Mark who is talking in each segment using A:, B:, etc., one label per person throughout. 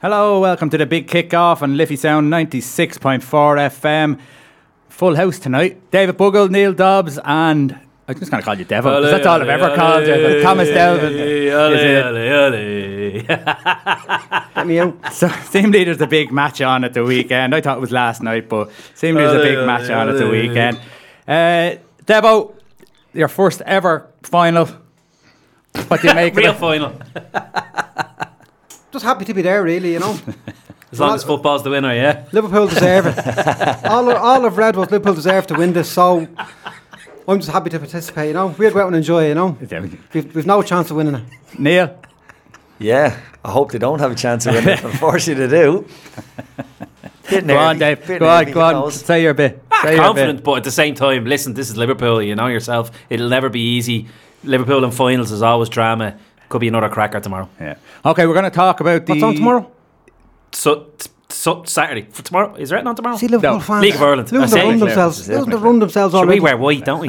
A: Hello, welcome to the big kickoff on Liffey Sound 96.4 FM. Full house tonight. David Bogle, Neil Dobbs, and I'm just going to call you Devil because that's all I've ever called you. Thomas Delvin. is it.
B: Get me out.
A: So, seemingly there's a big match on at the weekend. I thought it was last night, but seemingly there's a big
C: Ole,
A: match on at the
C: ole.
A: weekend. Uh, Debo, your first ever final. What do you make of
C: Real
A: it?
C: final.
B: Just happy to be there, really, you know.
C: As long as football's the winner, yeah.
B: Liverpool deserve it. All, all I've read was Liverpool deserve to win this, so I'm just happy to participate, you know. We'll go out and enjoy it, you know. We've, we've no chance of winning it.
A: Neil,
D: Yeah, I hope they don't have a chance of winning. Unfortunately, they do. Bit
A: go on, Dave.
D: nervy, bit
A: Go on,
D: nervy,
A: go
D: you
A: on.
D: know.
A: Say your bit. Say your
C: Ah, Confident,
A: bit.
C: but at the same time, listen, this is Liverpool. You know yourself. It'll never be easy. Liverpool in finals is always drama. Could be another cracker tomorrow.
A: Yeah. Okay, we're going to talk about the.
B: What's on tomorrow?
C: So, t- so Saturday for tomorrow. Is there anything on tomorrow?
B: See, Liverpool
A: No,
B: fans.
C: League of Ireland.
B: Losing
C: I
B: to run
C: say.
B: themselves.
D: Exactly.
B: Losing to run themselves
C: Should
B: already.
C: we wear white, don't we?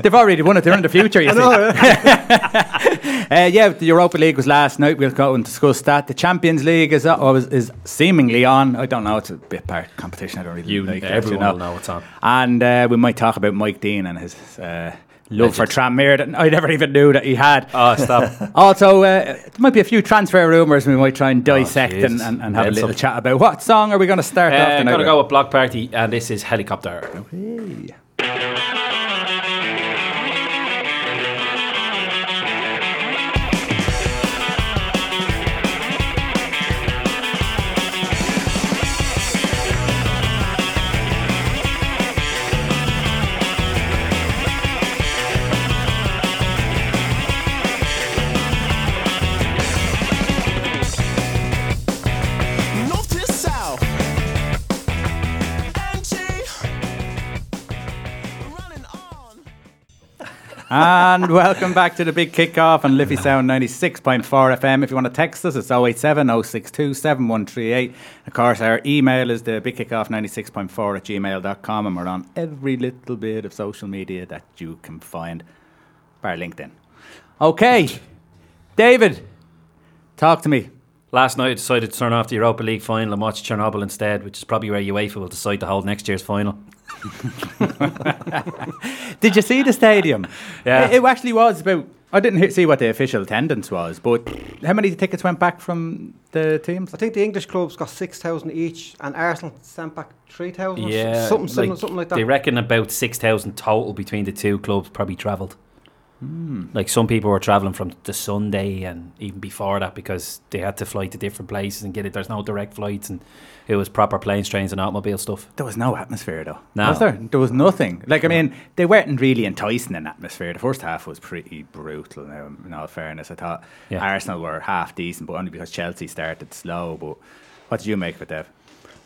A: They've already won it. They're in the future, you see. Uh, yeah, the Europa League was last night. We'll go and discuss that. The Champions League is uh, or is, is seemingly on. I don't know. It's a bit part competition. I don't really
C: You,
A: like that,
C: everyone
A: you know.
C: will know what's on.
A: And uh, we might talk about Mike Dean and his uh, love for Tranmere that I never even knew that he had.
C: Oh, stop.
A: Also, uh, there might be a few transfer rumours we might try and dissect and,
C: Oh, Jesus.
A: and, and have a
C: Then
A: little
C: some.
A: chat about. What song are we going to start off
C: I'm
A: tonight?
C: gonna
A: with?
C: Uh, go with Block Party, and this is Helicopter.
E: north to south. Angie, running on.
A: And welcome back to the big kickoff on Liffey Sound 96.4 FM. If you want to text us, it's 087 062 7138. Of course, our email is the big kickoff 96.4 at gmail.com, and we're on every little bit of social media that you can find, bar LinkedIn. Okay, David, talk to me.
C: Last night, I decided to turn off the Europa League final and watch Chernobyl instead, which is probably where UEFA will decide to hold next year's final.
A: Did you see the stadium?
C: Yeah.
A: It, it actually was about. I didn't he- see what the official attendance was, but how many tickets went back from the teams?
B: I think the English clubs got 6,000 each and Arsenal sent back 3,000
C: Yeah,
B: something, similar, something like that.
C: They reckon about six thousand total between the two clubs probably travelled.
A: Hmm.
C: Like some people were travelling from the Sunday and even before that because they had to fly to different places and get it. There's no direct flights and it was proper planes, trains, and automobile stuff.
A: There was no atmosphere though.
C: No.
A: Was there? There was nothing. Like I mean, they weren't really enticing in atmosphere. The first half was pretty brutal. Now, in all fairness, I thought
C: Yeah.
A: Arsenal were half decent, but only because Chelsea started slow. But what did you make of it, Dev?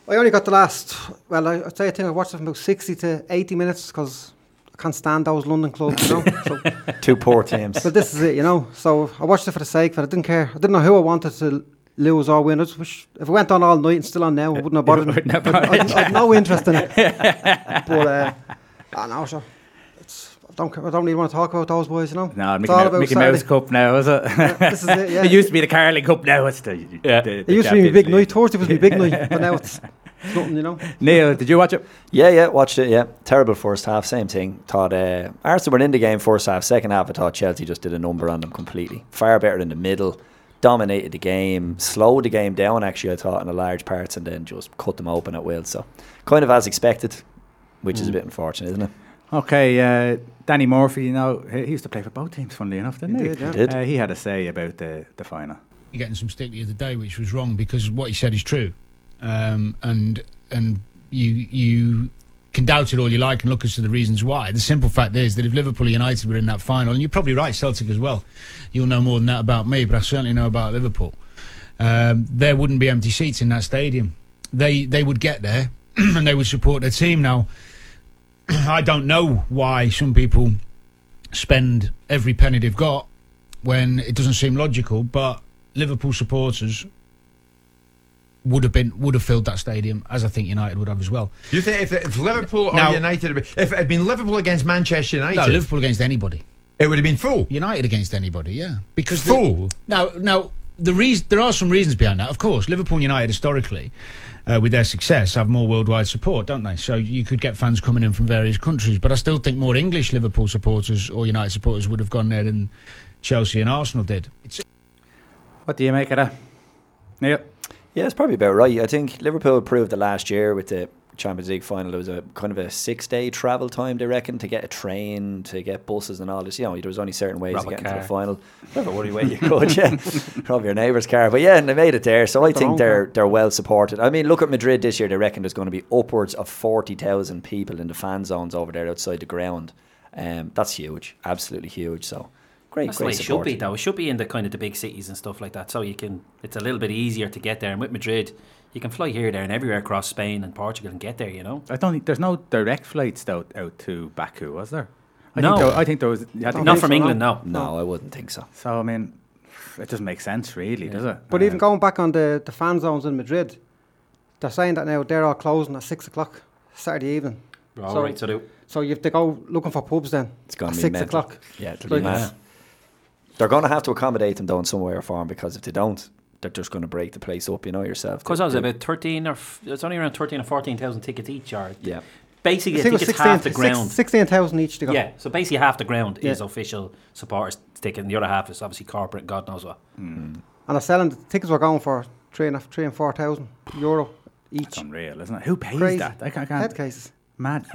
B: I only got the last, well, I, I'd say I think I watched it from about 60 to 80 minutes because I can't stand those London clubs, you know. so,
D: Two poor teams.
B: but this is it, you know. So I watched it for the sake of it. I didn't care. I didn't know who I wanted to lose or win. I just wish, if it went on all night and still on now, I wouldn't have bothered me.
A: Wouldn't have
B: I'd, I'd, I'd no interest in it. but, uh, I know, so it's, I, don't, care- I don't really want to talk about those boys, you know.
A: No,
B: It's
A: Mickey,
B: all
A: Mouse,
B: about
A: Mickey
B: Saturday.
A: Mouse Cup now, is it?
B: This is it, yeah.
A: it used to be the Carling Cup. Now it's the.
C: Yeah.
A: the-
B: It
A: the
B: used to be my
A: Champions
B: big
A: League.
B: night. Thursday was my big night, but now it's, it's nothing, you know.
A: Neil, did you watch it?
D: Yeah, yeah, watched it. Yeah, terrible first half. Same thing. Thought uh, Arsenal were in the game first half. Second half, I thought Chelsea just did a number on them completely. Far better in the middle. Dominated the game, slowed the game down. Actually, I thought in a large parts, and then just cut them open at will. So, kind of as expected, which
A: Mm.
D: is a bit unfortunate, isn't it?
A: Okay, uh, Danny Murphy, you know, he he used to play for both teams, funnily enough, didn't
B: He
A: he?
B: did, yeah. He
D: did.
A: Uh, he had a say about the, the final.
F: you're getting some stick the other day, which was wrong because what he said is true, um, and and you you can doubt it all you like and look as to the reasons why. The simple fact is that if Liverpool or United were in that final, and you're probably right, Celtic as well, you'll know more than that about me, but I certainly know about Liverpool. Um, there wouldn't be empty seats in that stadium. They they would get there and they would support their team. Now, I don't know why some people spend every penny they've got when it doesn't seem logical, but Liverpool supporters would have been would have filled that stadium as I think United would have as well.
G: You think if, if Liverpool or
F: Now-
G: United, had been- if it had been Liverpool against Manchester United,
F: No, Liverpool against anybody.
G: it would have been full.
F: United against anybody, yeah. Because the-
G: Full.
F: now now the reason there are some reasons behind that. Of course, Liverpool United historically, uh, with their success, have more worldwide support, don't they? So you could get fans coming in from various countries, but I still think more English Liverpool supporters or United supporters would have gone there than Chelsea and Arsenal did. It's
A: What do you make of that? Yep.
D: Yeah, it's probably about right. I think Liverpool proved the last year with the Champions League final. It was a kind of a six-day travel time, they reckon, to get a train, to get buses, and all this. You know, there was only certain ways
C: Rob
D: to
C: a
D: get into the
C: car.
D: final. Whatever worry way you could, yeah, rob your neighbour's car. But yeah, and they made it there. So I think they're they're well supported. I mean, look at Madrid this year. They reckon there's going to be upwards of forty thousand people in the fan zones over there outside the ground. Um, that's huge, absolutely huge. So great,
C: That's the way
D: great
C: it should
D: support.
C: be, though. It should be in the kind of the big cities and stuff like that, so you can. It's a little bit easier to get there. And with Madrid, you can fly here, there, and everywhere across Spain and Portugal and get there. You know,
A: I don't think there's no direct flights though out to Baku, was there? I
C: No.
A: Think there, I think there was. I think
C: not
A: there-
C: from England, no.
D: No, I wouldn't think so.
A: So I mean, it doesn't make sense, really, does it? Uh,
B: But even going back on the, the fan zones in Madrid, they're saying that now they're all closing at six o'clock Saturday evening.
C: All right,
B: So-
C: so do.
B: So you have to go looking for pubs then
D: It's gonna
B: at
D: be
B: six
D: mental.
B: o'clock.
D: Yeah, it'll
B: Like-
D: be mad. They're going to have to accommodate them though in some way or form because if they don't, they're just going to break the place up. You know yourself.
C: Because I was
D: They-
C: about thirteen or f- it's only around thirteen or fourteen thousand tickets each. Or
D: Yeah,
C: basically, I
B: think
C: think it's half the
B: six-
C: ground.
B: 16,000 each to go.
C: Yeah, so basically half the ground is
B: Yeah.
C: official supporters ticket, and the other half is obviously corporate. God knows what.
B: And I selling the tickets were going for three and a- three and four thousand euro
A: It's
B: each.
A: unreal, isn't it? Who pays
B: Crazy.
A: that? I can't. I
B: Head
A: can't
B: cases.
A: mad.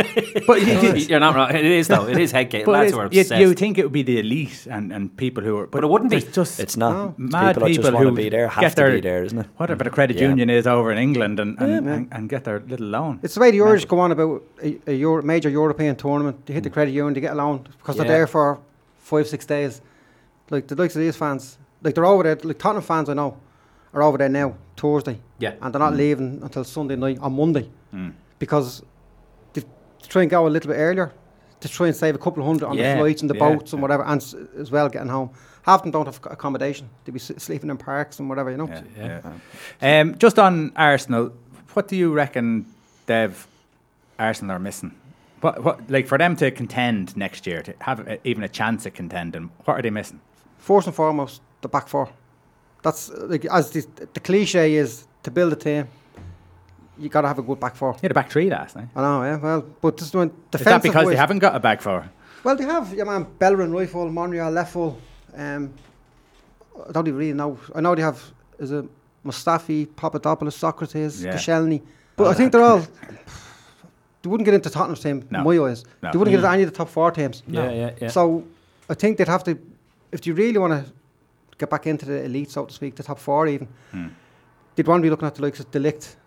A: but you, you,
C: You're not right. It is though. It is headgate.
A: but it
C: Lads
A: is-
C: who are
A: you-
C: obsessed.
A: you would think it would be the elite and, and people who are, but,
C: it wouldn't be.
A: there's Just
D: it's not.
B: No.
D: It's
A: mad
D: people,
A: people,
D: that just want
A: who
D: to be there have
A: get
D: to
A: their,
D: be there, isn't it?
A: Whatever the
C: Mm.
A: credit
D: Yeah.
A: union is over in England and and,
B: Yeah.
A: and, and get their little loan.
B: It's the way the Irish go on about a, a Euro, major European tournament. They hit the
A: Hmm.
B: credit union, they get a loan because
C: Yeah.
B: they're there for five, six days. Like the likes of these fans, like they're over there. Like Tottenham fans, I know, are over there now Thursday,
C: Yeah.
B: and they're
A: Hmm.
B: not leaving until Sunday night or Monday because they try and go a little bit earlier to try and save a couple of hundred on
A: Yeah,
B: the flights and the
A: yeah.
B: boats and whatever, and s- as well getting home. Half them don't have accommodation; they be s- sleeping in parks and whatever, you know.
A: Yeah, yeah. Um, just on Arsenal, what do you reckon, Dev? Arsenal are missing. What, what, like for them to contend next year, to have a, even a chance at contending, what are they missing?
B: first and foremost, the back four. That's uh, like as the, the cliche is to build a team, you got to have a good back four.
A: Yeah, the back three last night.
B: I know, yeah. Well, but this one
A: Is that
B: defensive.
A: because they
B: wise-
A: haven't got a back four?
B: Well, they have your man Bellerin right full, Monreal left full. Um, I don't even really know. I know they have is it Mustafi, Papadopoulos, Socrates,
A: Yeah.
B: Koscielny. But I think they're all. They wouldn't get into Tottenham's team,
A: No.
B: in my eyes.
A: No. Mm.
B: They wouldn't get into any of the top four teams.
C: Yeah, yeah, yeah.
B: So I think they'd have to, if you really want to get back into the elite, so to speak, the top four even, they'd want to be looking at the likes of Delict.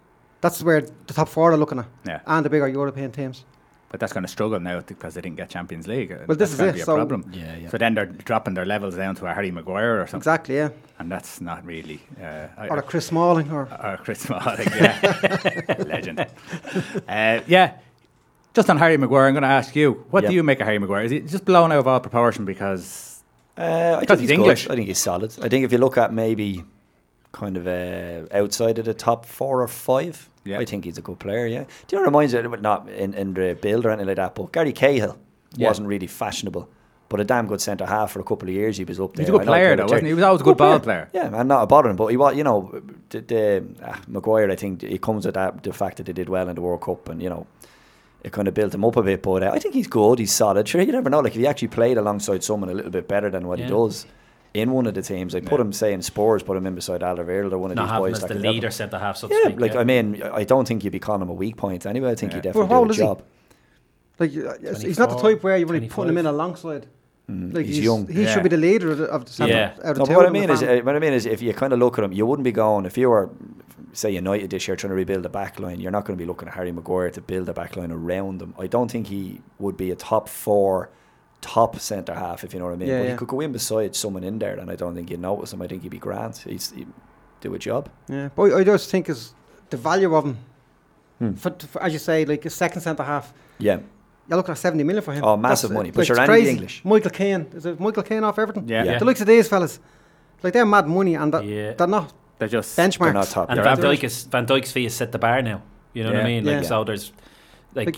B: That's where the top four are looking at,
A: Yeah.
B: and the bigger European teams.
A: But that's going to struggle now because they didn't get Champions League. Uh,
B: Well, this
A: that's
B: is
A: gonna
B: it,
A: Be a
B: so-
A: problem.
D: Yeah, yeah.
A: So then they're dropping their levels down to a Harry Maguire or something,
B: Exactly, yeah.
A: and that's not really. Uh, I-
B: Or a Chris Smalling, or
A: or Uh, Chris Smalling, yeah. legend. Uh, yeah, just on Harry Maguire, I'm going to ask you, what
D: Yeah.
A: do you make of Harry Maguire? Is he just blown out of all proportion because
D: Uh, I
A: Because he's
D: think he's good.
A: English.
D: I think he's solid. I think if you look at maybe kind of uh, outside of the top four or five,
A: Yeah.
D: I think he's a good player. Yeah. Do you know what reminds me? But not in, in the build or anything like that. But Gary Cahill
A: Yeah.
D: wasn't really fashionable, but a damn good centre half for a couple of years. He was up there.
A: he's a good
D: I know
A: player
D: Terry-
A: though, wasn't he? He was always a good ball player.
D: yeah, I'm not a bothering, but he was, you know, the, the ah, Maguire. I think he comes with that the fact that they did well in the World Cup, and you know, it kind of built him up a bit. But uh, I think he's good. He's solid. Sure, you never know. Like if he actually played alongside someone a little bit better than what
C: Yeah.
D: he does in one of the teams, like put him say in Spurs, put him in beside Alderweireld or one of
C: not
D: these
C: having
D: boys.
C: as
D: that
C: the
D: could help
C: leader
D: him.
C: said to have so to
D: Yeah,
C: speak,
D: like I mean, I don't think you'd be calling him a weak point anyway. I think he
B: Well,
D: definitely
B: how
D: did
B: old
D: a
B: is he?
D: job.
B: like uh, it's- he's not the
C: 24,
B: type where you're really putting him in
C: 25.
B: alongside. Like
D: He's young.
B: He
A: Yeah.
B: should be the leader of the, of the centre
C: Yeah.
B: out of
D: No,
B: the
D: but
B: two
D: what I
B: of them in
D: mean
B: the
D: is,
B: family.
D: uh, what I mean is, if you kind of look at him, you wouldn't be going. If you were, say, United this year trying to rebuild the back line, you're not going to be looking at Harry Maguire to build a back line around him. I don't think he would be a top four, top centre half, if you know what I mean.
B: Yeah,
D: but
B: yeah.
D: he could go in beside someone in there, and I don't think you'd notice him. I think he'd be grand. He's he'd do a job.
B: yeah. But I, I just think is the value of him.
D: Hmm.
B: For, for, as you say, like a second centre half,
D: Yeah,
B: you're looking at 70 million for him.
D: Oh, massive money. But
B: like,
D: sure,
B: it's
D: Andy
B: crazy.
D: English.
B: Michael Caine. Is it Michael Caine off Everton?
A: Yeah.
D: Yeah.
B: The likes of these fellas, like they're mad money and they're,
C: Yeah.
B: they're not
A: They're just
B: benchmarks.
D: they're not top.
C: And
A: They're
C: Van
A: average.
C: Dijk is Van Dijk's fee has set the bar now. You know what
A: Yeah.
C: I mean? Like
B: Yeah.
C: so, there's like,
B: Like-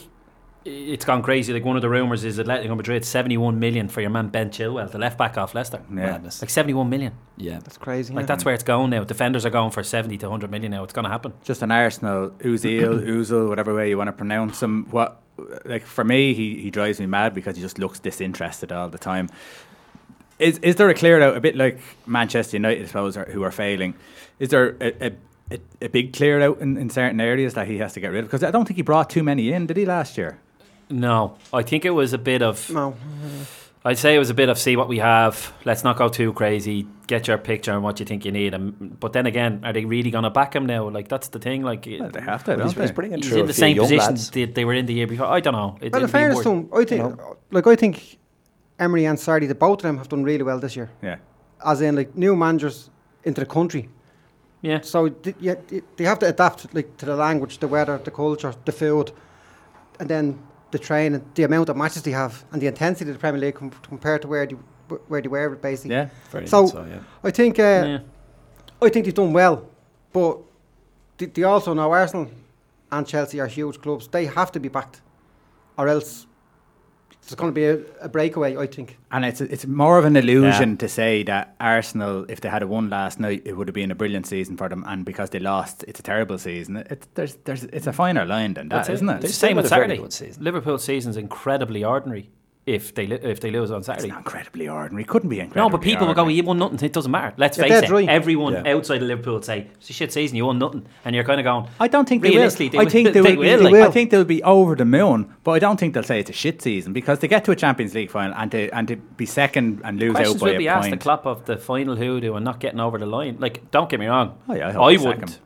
C: it's gone crazy. Like one of the rumors is Atletico Madrid seventy one million for your man Ben Chilwell, the left back off Leicester.
D: Madness.
C: Like seventy one million.
D: Yeah.
B: That's crazy.
C: Like
B: yeah.
C: that's where it's going now. Defenders are going for seventy to hundred million now. It's going to happen.
A: just an Arsenal Uzil, Uzil, whatever way you want to pronounce him. What, like for me, he, he drives me mad because he just looks disinterested all the time. Is is there a clear out a bit like Manchester United, I suppose, are, who are failing? Is there a, a, a, a big clear out in, in certain areas that he has to get rid of? Because I don't think he brought too many in, did he last year?
C: No, I think it was a bit of.
B: No.
C: I'd say it was a bit of see what we have. Let's not go too crazy. Get your picture and what you think you need. And, but then again, are they really going to back him now? Like that's the thing. Like
A: Well, they have to,
D: He's,
A: don't
D: he's
A: they?
D: bringing
C: he's
D: through
C: in
D: a
C: the
D: few
C: same
D: young
C: position
D: lads.
C: they, they were in the year before. I don't know. It,
B: Well,
C: it'd
B: in
C: be
B: fairness
C: worth-
B: to him, I think,
D: No.
B: like, I think Emery and Sardi, the both of them have done really well this year.
A: Yeah.
B: As in, like, new managers into the country.
C: yeah.
B: So th- yeah, th- they have to adapt like to the language, the weather, the culture, the food, and then the training, the amount of matches they have, and the intensity of the Premier League com- compared to where they where they were basically.
A: Yeah.
D: Very
B: So-
D: much so, yeah.
B: I think uh,
C: yeah.
B: I think they've done well, but they, they also know Arsenal and Chelsea are huge clubs. They have to be backed, or else it's going to be a, a breakaway. I think.
A: And it's it's more of an illusion to say that Arsenal, if they had a won last night, it would have been a brilliant season for them. And because they lost, it's a terrible season. It's there's there's it's a finer line than that,
C: That's it.
A: isn't it?
C: It's the
D: still
C: same
D: had
C: with
D: a very
C: Saturday.
D: good season.
C: Liverpool's season's incredibly ordinary if they li- if they lose on
A: It's
C: Saturday.
A: not incredibly ordinary. Couldn't be incredible.
C: No, but people will go, you won nothing. It doesn't matter. Let's
B: Yeah,
C: face it.
B: that's right.
C: Everyone
D: Yeah.
C: outside of Liverpool would say, it's a shit season, you won nothing. And you're kind of going,
A: I don't think they will.
C: Realistically, they
A: I
C: will-
A: think
C: they
A: they, will.
C: will,
A: be-
C: like-
A: I think they'll be over the moon, but I don't think they'll say it's a shit season because they get to a Champions League final and to and to be second and lose out
C: questions
A: by
C: will be
A: a
C: asked the
A: point.
C: Klopp of the final hoodoo and not getting over the line. Like, don't get me wrong.
A: Oh, yeah, I hope
C: I
A: they sack
C: wouldn't.
A: him.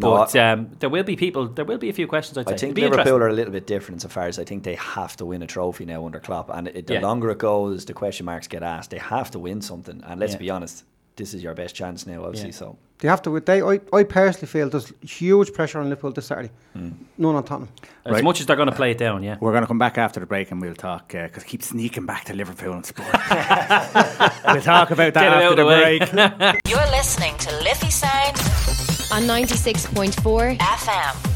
D: No,
C: But um, there will be people, there will be a few questions, I'd say.
D: I think
C: It'd be interesting.
D: Liverpool are a little bit different so far as I think they have to win a trophy now under Klopp, and it, the
C: Yeah.
D: longer it goes, the question marks get asked. They have to win something, and let's
C: Yeah.
D: be honest, this is your best chance now, obviously.
C: Yeah.
D: So
B: They have to. They, I, I personally feel there's huge pressure on Liverpool this Saturday.
D: Mm.
B: None on Tottenham.
C: As
A: Right.
C: much as they're going to play it down, yeah.
A: We're going to come back after the break and we'll talk because I keep sneaking back to Liverpool and sport. we'll talk about that
C: Get it out
A: after
C: of
A: the
C: the way.
A: break.
H: You're listening to Liffey Sound
I: on 96.4
H: FM.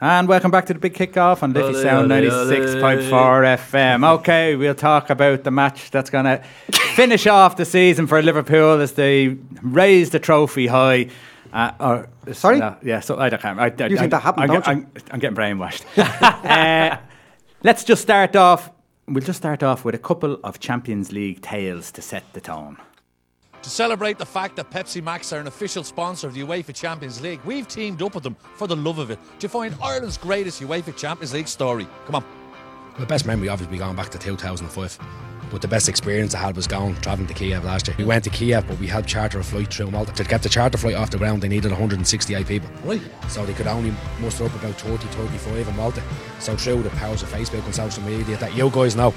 A: And welcome back to the big kickoff on Liffey
C: Ole,
A: Sound
C: ole,
A: 96.4
C: ole.
A: FM. Okay, we'll talk about the match that's going to finish off the season for Liverpool as they raise the trophy high. Uh, or,
B: Sorry?
A: No, yeah, so I don't care. I, I,
B: You think that happened,
A: I'm,
B: don't you?
A: I'm, I'm getting brainwashed. uh, let's just start off. We'll just start off with a couple of Champions League tales to set the tone.
J: To celebrate the fact that Pepsi Max are an official sponsor of the UEFA Champions League, we've teamed up with them for the love of it to find Ireland's greatest UEFA Champions League story. Come on.
K: The best memory obviously going back to 2005. But the best experience I had was going travelling to Kiev last year. We went to Kiev, but we had charter a flight through Malta. To get the charter flight off the ground, they needed 168 people.
J: Right.
K: So they could only muster up about 30, 35 in Malta. So through the powers of Facebook and social media that you guys know,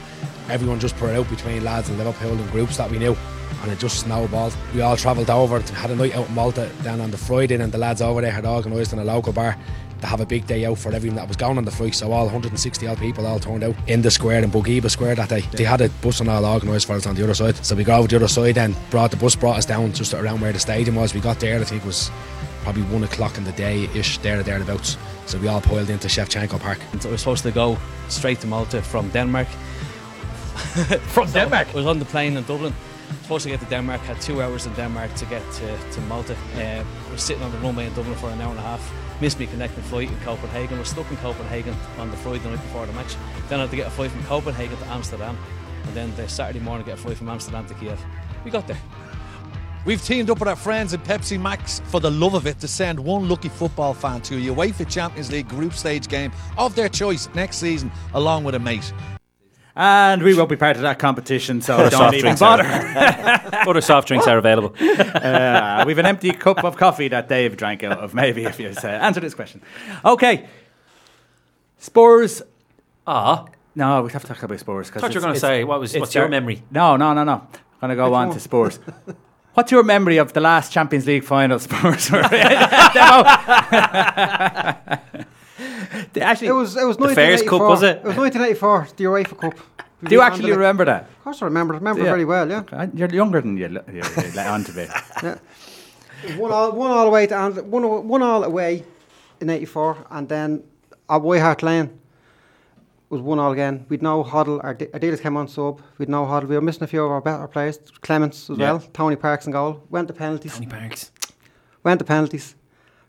K: everyone just put it out between lads in Liverpool and groups that we knew. And it just snowballed. We all travelled over, and had a night out in Malta. Then on the Friday, and the lads over there had organised in a local bar to have a big day out for everyone that was going on the flight. So all 160 odd people all turned out in the square in Bogiba Square that day. They had a bus and all organised for us on the other side. So we got over the other side and brought the bus brought us down just around where the stadium was. We got there, I think it was probably one o'clock in the day ish, there or thereabouts. So we all piled into Shevchenko Park.
J: So we're supposed to go straight to Malta from Denmark.
C: From Denmark.
J: I was on the plane in Dublin. Supposed to get to Denmark. Had two hours in Denmark to get to, to Malta. Uh, we're sitting on the runway in Dublin for an hour and a half. Missed me connecting flight in Copenhagen. We're stuck in Copenhagen on the Friday night before the match. Then I had to get a flight from Copenhagen to Amsterdam, and then the Saturday morning get a flight from Amsterdam to Kiev. We got there.
K: We've teamed up with our friends at Pepsi Max for the love of it to send one lucky football fan to a UEFA Champions League group stage game of their choice next season, along with a mate.
A: And we won't be part of that competition, so don't
C: soft
A: even
C: drinks
A: bother.
C: Other soft drinks are available.
A: uh, we've an empty cup of coffee that Dave drank out of. Maybe if you uh, answer this question. Okay, Spurs.
C: Ah,
A: No, we have to talk about Spurs.
C: I
A: Because
C: thought you were going to say, what was, what's your memory?
A: No, no, no, no. I'm going to go on to Spurs. What's your memory of the last Champions League final Spurs were in? They Actually,
B: It was it was
C: The Fairs
B: 1984.
C: Cup, was it?
B: It was 1984. The UEFA Cup. We
A: do you
B: beat
A: actually
B: Anderlecht.
A: remember that?
B: Of course, I remember. Remember
A: Yeah.
B: very well. Yeah.
A: Uh, You're younger than you lo- you you let on to be.
B: One all, one all away to Anderlecht, one, all- one all away in '84, and then at White Hart Lane, was one all again. We'd no huddle. Our, de- our dealers came on sub. We'd no huddle. We were missing a few of our better players. Clements as
C: Yeah.
B: well. Tony Parks in goal. Went to penalties. Tony
C: Parks.
B: Went to penalties.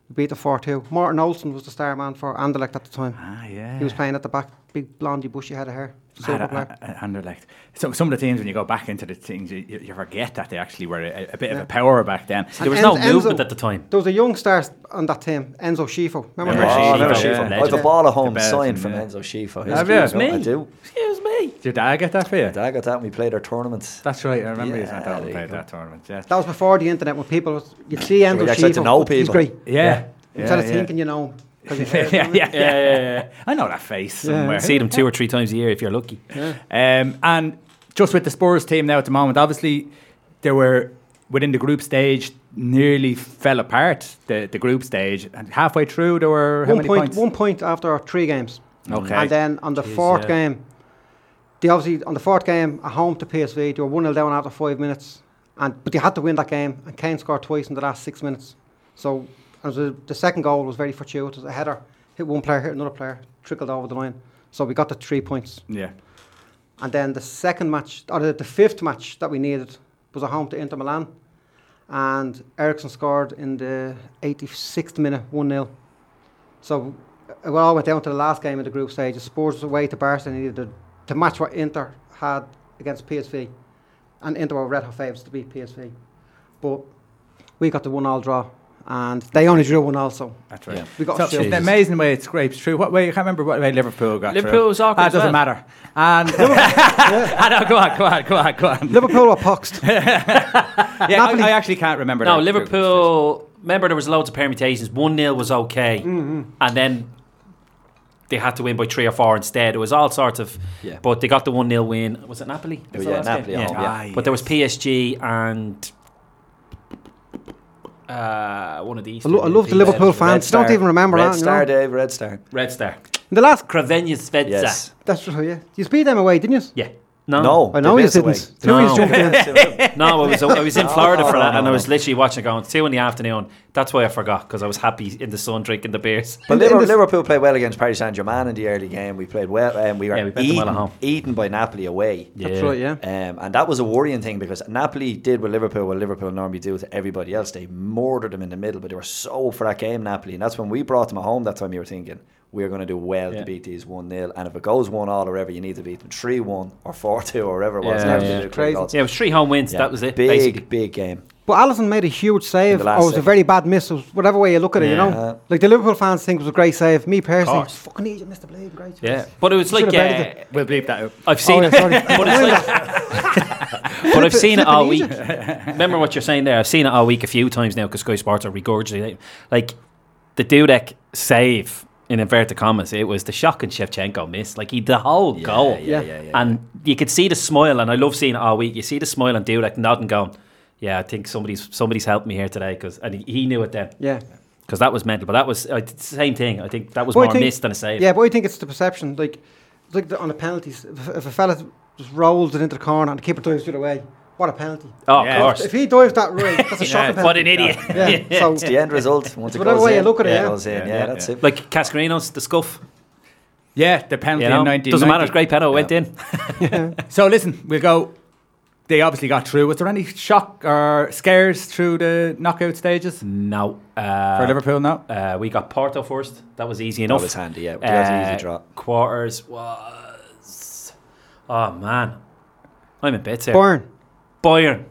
B: We beat the 4 2. Martin Olsen was the star man for Anderlecht at the time.
A: Ah, yeah.
B: He was playing at the back. Big blondie, bushy head of hair.
A: Had
B: Super
A: a-
B: black.
A: a- a- Anderlecht. So some of the teams, when you go back into the things, you, you you forget that they actually were a, a bit of
B: Yeah.
A: a power back then.
B: And Enzo- Enzo- There was a young star on that team, Enzo Schifo. Remember
A: Yeah.
B: him?
A: Oh, Enzo Schifo, Schifo.
D: I have a ball at home
A: The best
D: signed
A: thing,
D: from
A: yeah.
D: Enzo Schifo.
A: Have you? Excuse
D: I
A: me.
D: do.
C: Excuse me.
A: Did I get that for you?
D: Did I got that when we played our tournament?
A: That's right. I remember
D: yeah,
A: you sent out
D: there
A: and
D: you
A: played
D: go.
A: that tournament. Yeah.
B: That was before the internet when people, was- you'd see
D: we
B: Enzo
D: actually had to
B: Schifo.
D: know
B: He's
D: people.
B: great.
A: Yeah. Yeah.
B: Instead of
A: Yeah, yeah.
B: thinking you know him. 'cause you
A: yeah,
B: heard
A: yeah,
B: him.
A: yeah, yeah, yeah. I know that face
B: Yeah.
A: somewhere.
C: See them two or three times a year if you're lucky.
A: Um, and just with the Spurs team now at the moment, obviously there were within the group stage nearly fell apart the, the group stage, and halfway through there were how
B: one
A: many
B: point,
A: points?
B: one point after our three games.
A: Okay.
B: And then on the
A: Jeez,
B: fourth
A: yeah.
B: game, they obviously on the fourth game at home to PSV, they were one 0 down after five minutes, and but they had to win that game. And Kane scored twice in the last six minutes. So and the, the second goal was very fortuitous, a header hit one player, hit another player, trickled over the line. So we got the three points.
A: Yeah.
B: And then the second match, or the, the fifth match that we needed, was a home to Inter Milan. And Ericsson scored in the 86th minute, 1 0. So uh, it all went down to the last game of the group stage. The Spurs was away to Barca and needed to, to match what Inter had against PSV. And Inter were red hot favourites to beat PSV. But we got the 1 all draw. And they only drew 1 also.
A: That's right.
B: We got
A: so,
B: shielded.
A: it's amazing way it scrapes through. What way? I can't remember what way Liverpool got through.
B: Liverpool was awkward
A: Ah,
B: as
A: doesn't
B: well.
A: matter. And uh, I know, go on, go on, go on, go on.
B: Liverpool were poxed.
A: yeah, I, I actually can't remember.
C: No,
A: that.
C: Liverpool. Remember, there was loads of permutations. One 0 was okay,
B: Mm-hmm.
C: and then they had to win by three or four instead. It was all sorts of.
D: Yeah.
C: But they got the one 0 win. Was it Napoli?
D: Oh,
C: Was it
D: yeah,
C: last game?
D: Napoli at home, yeah. Ah,
C: But there was PSG and. Uh, one of these.
B: I, lo- I love the Liverpool fans. Don't even remember
D: Red
B: that. you know.
D: Star, Dave. Red Star.
C: Red Star.
B: In the last
C: Kravenia Svetsa.
D: Yes.
B: That's right, yeah. You beat them away, didn't you?
C: Yeah. No.
B: I know Oh, you didn't. Two
C: No.
B: years jumped in.
C: no, I was I was in
D: No,
C: Florida
D: no,
C: for
D: no,
C: that, and
D: no,
C: I
D: no.
C: was literally watching it going two in the afternoon. That's why I forgot because I was happy in the sun drinking the beers.
D: But Liver- Liverpool played well against Paris Saint Germain in the early game. We played well, and we were
C: Yeah, we beat them
D: eaten,
C: well at home.
D: eaten by Napoli away.
C: That's Yeah. right,
B: yeah.
D: Um, and that was a worrying thing because Napoli did what Liverpool, what Liverpool normally do to everybody else. They murdered them in the middle, but they were so up for that game, Napoli. And that's when we brought them at home. That time you were thinking we're going to do well
C: Yeah.
D: to beat these one 0 and if it goes one all or whatever, you need to beat them three one or four two or whatever it was.
C: Yeah,
D: Napoli
C: yeah.
D: did it,
C: Crazy.
D: lots.
C: Yeah, it was three home wins,
D: Yeah.
C: that was it,
D: Big,
C: basically.
D: big game.
B: But Allison made a huge save. Or
D: the last
B: it was a
D: second.
B: very bad miss. It was whatever way you look at it, you
D: Yeah.
B: know. Like the Liverpool fans think it was a great save. Me personally,
C: course.
B: it's fucking easy, Mr. Blade, great.
C: Yeah, but it was
B: You
C: like
B: should've bedded
C: uh,
B: it.
A: we'll bleep that out.
C: I've seen
B: Oh,
C: it,
B: yeah, sorry.
C: but it's like, but I've seen it all week.
B: Flipping
C: Remember what you're saying there? I've seen it all week a few times now because Sky Sports are regurgitating. Like the Dudek save in inverted commas, it was the shock and Shevchenko miss. Like he the whole goal,
D: yeah, yeah, yeah,
C: and you could see the smile, and I love seeing it all week. You see the smile and Dudek nodding, going, "Yeah, I think somebody's somebody's helped me here today," because and he, he knew it then.
B: Yeah.
C: Because that was mental, but that was uh, it's the same thing. I think that was
B: But I
C: more
B: think-
C: missed than a save.
B: Yeah, but I think it's the perception. Like, it's like the, on the penalties, if, if a fella just rolls it into the corner and the keeper dives the other way, what a penalty!
C: Oh, of course.
B: If he dives that right, that's a shocking penalty.
C: What an idiot.
B: Yeah. So
D: It's the end result. Once it
B: Whatever
D: goes
B: way you
D: in,
B: look at it, yeah.
D: goes in.
A: Yeah,
D: Yeah,
A: yeah,
D: that's
A: yeah.
D: it.
C: Like Cascarino's, the scuff.
A: Yeah, the penalty
C: You know?
A: in 1990.
C: Doesn't matter, it's great penalty, it went in.
A: So listen, we'll go. They obviously got through. Was there any shock or scares through the knockout stages
C: No. Uh,
A: for Liverpool? No.
C: Uh, we got Porto first. That was easy enough. Uh,
D: was handy, yeah. That was an easy draw.
C: Quarters was. Oh, man. I'm in bits here.
B: Burn.
C: Bayern.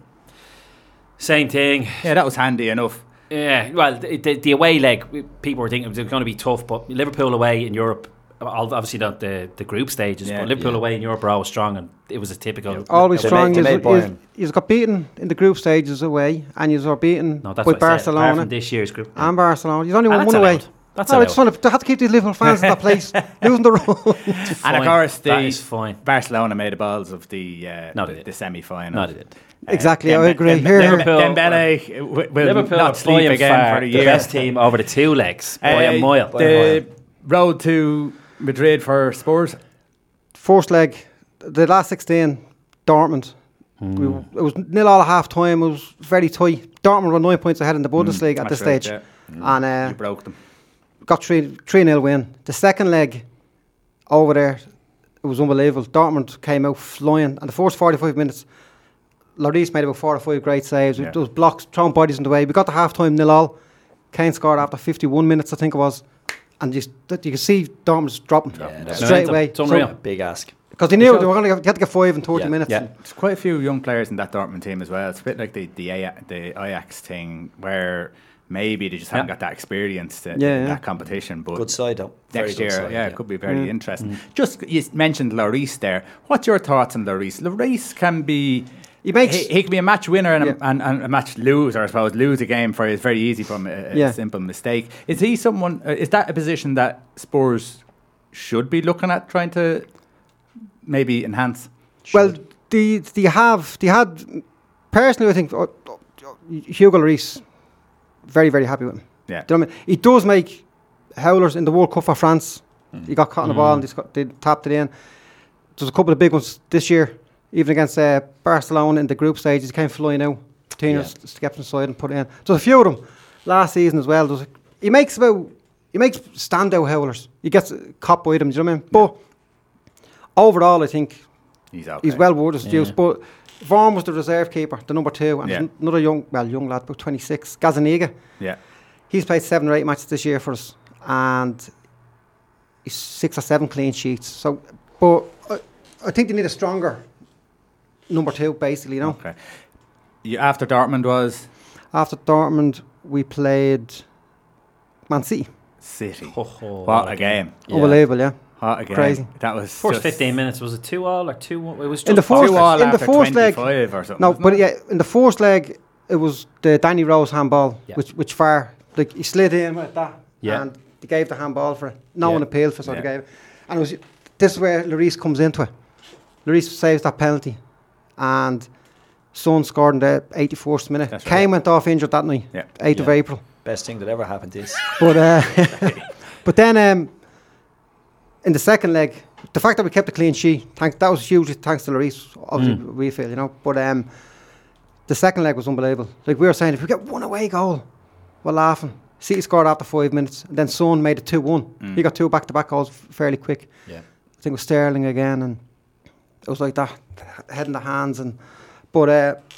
C: Same thing.
A: Yeah, that was handy enough.
C: Yeah, well, the, the, the away leg, we- people were thinking it was going to be tough, but Liverpool away in Europe, ob- obviously not the, the group stages,
A: Yeah,
C: but Liverpool
A: yeah.
C: away in Europe were always strong, and it was a typical.
B: always
D: They
B: strong.
D: made- they
B: He's,
D: made
B: he's,
D: Bayern.
B: he's got beaten in the group stages away, and he's got beaten
C: No, that's what I
B: by
C: said, apart
B: Barcelona.
C: from this year's group.
B: and Barcelona. He's only
A: Oh,
C: And
B: won
C: that's
B: one away.
C: allowed. That's
B: no, I
C: allowed.
B: just want to have to keep these Liverpool fans in that place losing the road.
A: And of
C: Fine.
A: course, the
C: That is fine.
A: Barcelona made the balls of the uh,
C: No, they
A: the,
C: did.
A: the semi final.
C: No, they did.
B: Exactly, I agree. Here, here.
A: Liverpool,
C: Liverpool-
A: Dembele w- will
C: Liverpool
A: not
C: are
A: sleep
C: by
A: again
C: far
A: for a
C: the
A: year.
C: best team over the two legs
A: Uh,
C: by a mile.
A: The road to Madrid for Spurs.
B: First leg, the last 16, Dortmund.
A: Hmm.
B: We, it was nil all at half time. It was very tight. Dortmund were nine points ahead in the Bundesliga
A: Hmm.
B: at
A: That's
B: this
A: right,
B: stage.
A: yeah. Hmm. You
B: And uh,
A: broke them.
B: got 3 3 0 win. The second leg over there, it was unbelievable. Dortmund came out flying, and the first 45 minutes, Lloris made about four or five great saves.
A: Yeah.
B: There was blocks, thrown bodies in the way. We got to half time nil all. Kane scored after 51 minutes, I think it was, and just that you could see Dortmund's dropping straight away. So-
D: Big ask.
B: because they knew they were going to they had to get five in 30
A: yeah,
B: minutes.
A: Yeah, there's quite a few young players in that Dortmund team as well. It's a bit like the the, Aj- the Ajax thing where maybe they just haven't
D: Yeah.
A: got that experience to,
D: Yeah, yeah.
A: that competition. But
D: Good side, though. Very
A: Next
D: good
A: year,
D: side,
A: yeah,
D: yeah.
A: it could be very
B: Mm-hmm.
D: Mm.
A: interesting. Just you s- mentioned Lloris there. What's your thoughts on Lloris? Lloris can be. He,
B: makes-
A: he, can be a match winner and, a, and, and a match loser, I suppose. Lose a game for you is very easy from a, a
B: Yeah.
A: simple mistake. Is he someone? Uh, is that a position that Spurs should be looking at trying to maybe enhance?
B: Well, they, they have they had personally, I think uh, uh, Hugo Lloris very very happy with him.
A: Yeah.
B: Do you know what I mean? He does make howlers in the World Cup for France. He got caught in the ball and he's got, they tapped it in. There's a couple of big ones this year, even against uh, Barcelona in the group stages. He came flying out. Coutinho s- stepped inside and put it in. There's a few of them last season as well. There's a, he makes about he makes standout howlers. He gets uh, caught by them. Do you know what I mean? But overall, I think
A: He's out.
B: He's well worth his dues. But Vaughan was the reserve keeper, the number two, and there's
A: Yeah.
B: n- another young, well, young lad, about 26, Gazaniga.
A: Yeah.
B: He's played seven or eight matches this year for us, and he's six or seven clean sheets. So, but I, I think they need a stronger number two, basically. You know,
A: Okay. You, after Dortmund was
B: after Dortmund, we played Man City.
A: City. what a game.
B: Unbelievable, yeah.
A: What a game.
B: Crazy.
A: That was
C: First
A: just
C: 15 minutes, was it 2 all or 2 1? It was
B: in the
C: just
B: fourth,
A: two all
B: in the
A: after
B: fourth leg,
A: 25 or something,
B: No,
A: wasn't
B: but
A: it?
B: yeah, in the fourth leg, it was the Danny Rose handball,
A: Yeah.
B: which which far like he slid in like that,
A: Yeah.
B: and they gave the handball for it. No
A: Yeah.
B: one appealed for so they
A: Yeah.
B: gave it, and it was this is where Lloris comes into it. Lloris saves that penalty, and Son scored in the 84th minute.
D: That's right.
B: Kane went off injured that night, 8th of
D: Yeah.
B: April.
D: Best thing that ever happened is.
B: But uh, but then um, in the second leg, the fact that we kept a clean sheet, thanks that was hugely thanks to Lloris, obviously we feel, you know. But um, the second leg was unbelievable. Like we were saying, if we get one away goal, we're laughing. City scored after five minutes, and then Son made it two one.
D: Mm.
B: He got two back to back goals f- fairly quick.
D: Yeah.
B: I think it was Sterling again, and it was like that, h- head in the hands, and but uh, it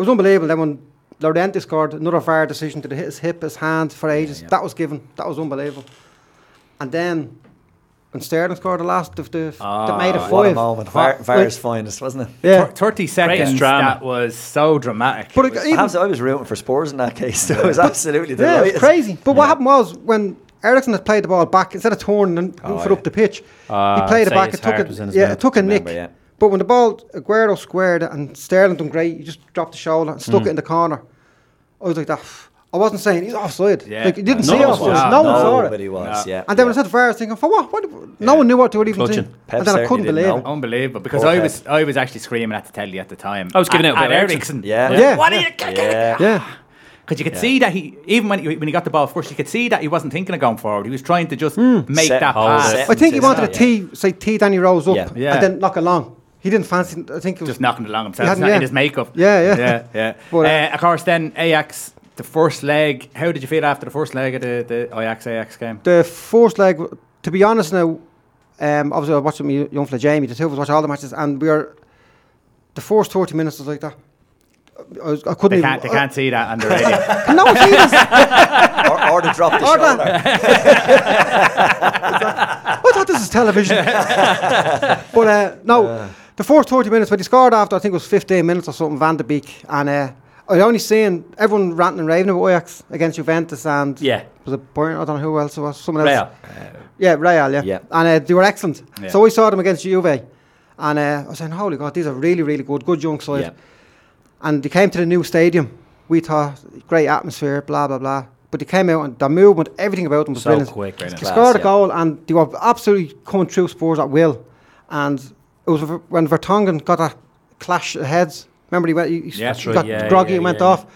B: was unbelievable. Then when Laurenti scored another VAR decision to the, his hip, his hand for ages, that was given. That was unbelievable. And then when Sterling scored the last of the, that made it
D: Ah, What a
B: five.
D: moment.
B: What-
D: Var, Var's
B: wait,
D: finest, wasn't it?
B: Yeah.
A: Thir- 30 seconds.
D: drama.
A: That was so dramatic.
B: But
A: it was,
D: I was- I was rooting for Spurs in that case. So I was absolutely
B: yeah,
D: delighted.
B: it was crazy. But what happened was when Ericsson had played the ball back instead of turning and
D: Oh,
B: moving
D: yeah.
B: up the pitch,
D: Ah,
B: he played
D: I'd
B: it
D: say
B: back.
D: his
B: It took
D: heart
B: it,
D: was in his
B: yeah,
D: mouth.
B: it took a
D: Remember,
B: nick.
D: yeah.
B: But when the ball Aguero squared it and Sterling done great, he just dropped the shoulder and stuck
D: Mm.
B: it in the corner. I was like that. I wasn't saying he's offside.
D: Yeah.
B: Like, you didn't
D: Oh,
B: see
D: No one was.
B: offside. No, one saw it.
D: Nobody was, No. yeah.
B: And then when I said VAR, I was thinking, for what? what? No one knew what to even
A: Clutching.
B: do. And then I couldn't believe it.
A: Unbelievable. Because
B: Poor
A: I
B: Pep.
A: was I was actually screaming at the telly at the time.
B: I was giving
A: At-
B: out about
A: at
B: Eriksen.
A: Eriksen.
B: Yeah. Yeah.
A: What are
B: Yeah.
A: you Yeah. Because you could
D: Yeah.
A: see that he, even when he, when he got the ball first, you could see that he wasn't thinking of going forward. He was trying to just
B: Hmm.
A: make
D: Set
A: that
D: hold
A: pass.
B: I think he wanted to tee, say, tee Danny Rose up
A: Yeah. Yeah.
B: and then knock it long. He didn't fancy, I think it was.
A: just knocking it along himself. It's
B: He hadn't,
A: not
B: yeah.
A: in his makeup.
B: Yeah, yeah.
A: yeah, yeah.
B: But,
A: uh, of course, then Ajax, the first leg. How did you feel after the first leg of the, the Ajax Ajax game?
B: The fourth leg, to be honest now, um, obviously I was watching my young fella Jamie, the two of us watch all the matches, and we are the first 30 minutes was like that. I, was, I couldn't
A: They
B: even.
A: can't, they can't see that on the radio.
B: Can no one see this?
D: or, or to drop the
B: Or that.
D: shoulder.
B: I thought this is television. but uh, no, the first 30 minutes, when he scored after, I think it was 15 minutes or something, Van de Beek. And uh, I only seen everyone ranting and raving about Ajax against Juventus and.
C: Yeah.
B: Was it Bayern? I don't know who else it was. Someone else.
C: Real.
B: Yeah, Real, yeah. And uh, they were excellent.
C: Yeah.
B: So we saw them against Juve. And uh, I was saying, holy God, these are really, really good, good young side.
D: Yeah.
B: And they came to the new stadium. We thought, great atmosphere, blah, blah, blah. But they came out and their movement, everything about them was
C: So
B: brilliant.
C: quick. Brilliant.
B: They
C: Class,
B: scored a
C: yeah.
B: goal and they were absolutely coming through Spurs at will. And it was v- when Vertonghen got a clash of heads. Remember, he, went, he, he
C: Yeah, that's right.
B: got
C: Yeah,
B: groggy
C: yeah,
B: and went
C: yeah,
B: off.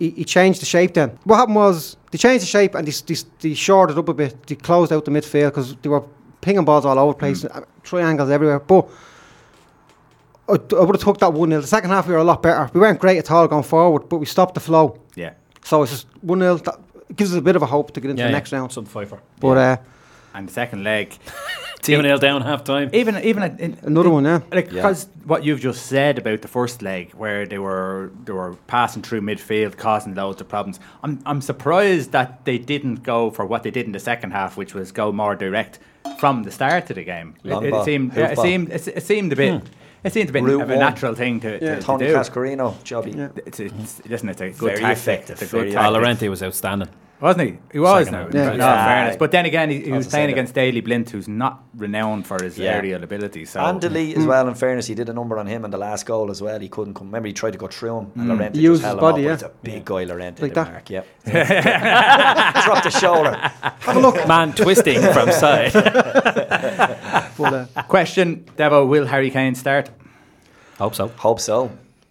B: He, he changed the shape then. What happened was they changed the shape and they, s- they, s- they shored it up a bit. They closed out the midfield because they were pinging balls all over the place,
C: Mm.
B: uh, triangles everywhere. But I, I would have took that 1 0. The second half, we were a lot better. We weren't great at all going forward, but we stopped the flow.
A: Yeah.
B: So it's just 1 0. That gives us a bit of a hope to get into
A: Yeah,
B: the
A: yeah.
B: next round.
C: Something fight for.
B: But uh,
A: And the second leg,
C: Two 0 down half time.
A: Even even a- in,
B: Another one, yeah.
A: Because what you've just said about the first leg, where they were they were passing through midfield, causing loads of problems. I'm I'm surprised that they didn't go for what they did in the second half, which was go more direct from the start of the game. It-
D: Long
A: it,
D: ball,
A: seemed
D: hoof
A: yeah, it
D: ball. Hmm.
A: seemed it, it seemed a bit. It seemed a bit
D: Route
A: of a
D: one.
A: natural thing to, to- to
D: Tony
A: do.
D: Cascarino, jobby.
A: It's, it's, listen, it's a good
D: Very
A: tactic.
D: effective,
A: It's a good
D: very
A: tactic.
C: Valorente was outstanding.
A: Wasn't he? He was.
C: Second
A: Now,
C: half.
A: yeah.
C: Yeah.
A: in
C: Yeah.
A: fairness. But then again, he, he
D: That's
A: was
D: the
A: playing
D: same.
A: against Daley Blint, who's not renowned for his
D: Yeah.
A: aerial ability. So
D: And Delete as well. In fairness, he did a number on him in the last goal as well. He couldn't come. Remember, he tried to go through him, and
A: Mm.
D: Llorente
B: He used
D: just held
B: his
D: him up.
B: body,
D: but
B: yeah.
D: It's a big guy, Llorente.
B: Like
D: the
B: that.
D: Mark, yeah. Dropped the shoulder. Have a look.
C: Man twisting from side.
B: But, uh,
A: Question, Devo, will Harry Kane start?
C: Hope so.
D: Hope so.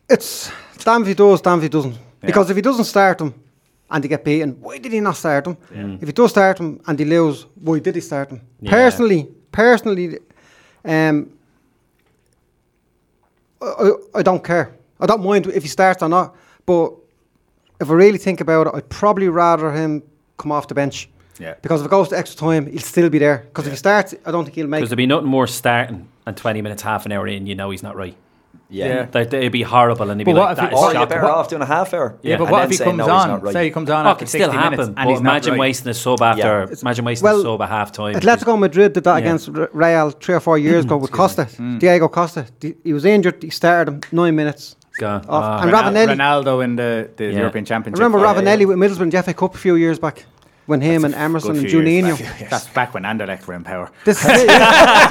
B: it's damn if he does, damn if he doesn't. Because if he doesn't start him and they get beaten, why did he not start him? If he does start him and they lose, why did he start him?
C: Yeah.
B: Personally, personally, um, I, I- I don't care. I don't mind if he starts or not. But if I really think about it, I'd probably rather him come off the bench.
A: Yeah.
B: Because if it goes to extra time, he'll still be there. Because if he starts, I don't think he'll make
C: Because there'd be nothing more starting and 20 minutes, half an hour in, you know he's not right.
D: Yeah.
A: Yeah.
C: Like, it'd be horrible and he'd be
A: But what
C: like,
A: if
C: that
A: he-
C: is
D: Or you're
C: shocking.
D: better off doing a half hour.
A: Yeah, but
D: And
A: what
D: then
A: if he
D: saying,
A: comes
D: no, he's
A: on?
D: not right.
A: Say he comes on
C: Oh, it
A: after
C: could
A: 60
C: still happen.
A: minutes and
C: but
A: he's not
C: imagine
A: right.
C: wasting a sub after.
D: Yeah.
C: Imagine wasting a
B: well,
C: sub at half time.
B: Atletico Madrid did that
C: Yeah.
B: against R- Real three or four
A: Mm-hmm.
B: years ago with Costa, Diego Costa. D- He was injured. He started him nine minutes.
C: Gone.
B: off.
C: Ah.
B: and Ravanelli.
A: Ronaldo in the, the
C: Yeah.
A: European
B: I
A: Championship.
B: remember
A: final.
B: Ravanelli with Middlesbrough in the FA Cup a few years back when him and Emerson and
A: Good few years
B: Juninho.
A: back. That's back when Anderlecht were in power.
B: This is it.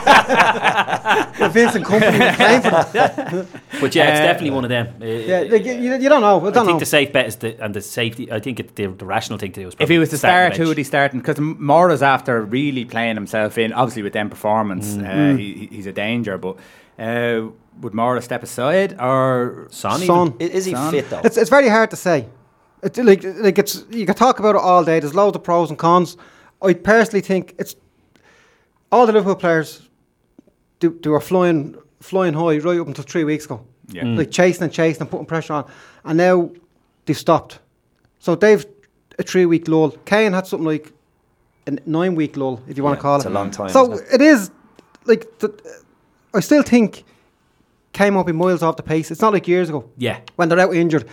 B: yeah. With Vincent Company was playing for them.
C: But yeah, it's
A: Uh,
C: definitely one of them. Uh,
B: Yeah, like, you, you- you don't know. I
C: I
B: don't
C: think
B: know.
C: the safe bet is the, and the safety. I think it, the, the rational thing to do is
A: If
C: probably
A: he was to
C: start
A: start,
C: the
A: who
C: bench.
A: would he start? Because Mora's after really playing himself in, obviously with them performance,
C: Mm.
A: uh, he, he- he's a danger. But uh, would Mora step aside or
C: Son, even?
B: Son.
D: I- Is he
A: Son.
D: fit, though?
B: It's, it's very hard to say. It's like like it's you can talk about it all day. There's loads of pros and cons. I personally think it's all the Liverpool players they, they were flying flying high right up until three weeks ago.
A: Yeah. Mm.
B: Like chasing and chasing and putting pressure on. And now they've stopped. So they've a three week lull. Kane had something like a nine week lull, if you want
D: Yeah,
B: to call
D: it's
B: it.
D: a long time,
B: So
D: isn't
B: it is like th- I still think Kane won't be miles off the pace. It's not like years ago
C: Yeah.
B: when they're out injured,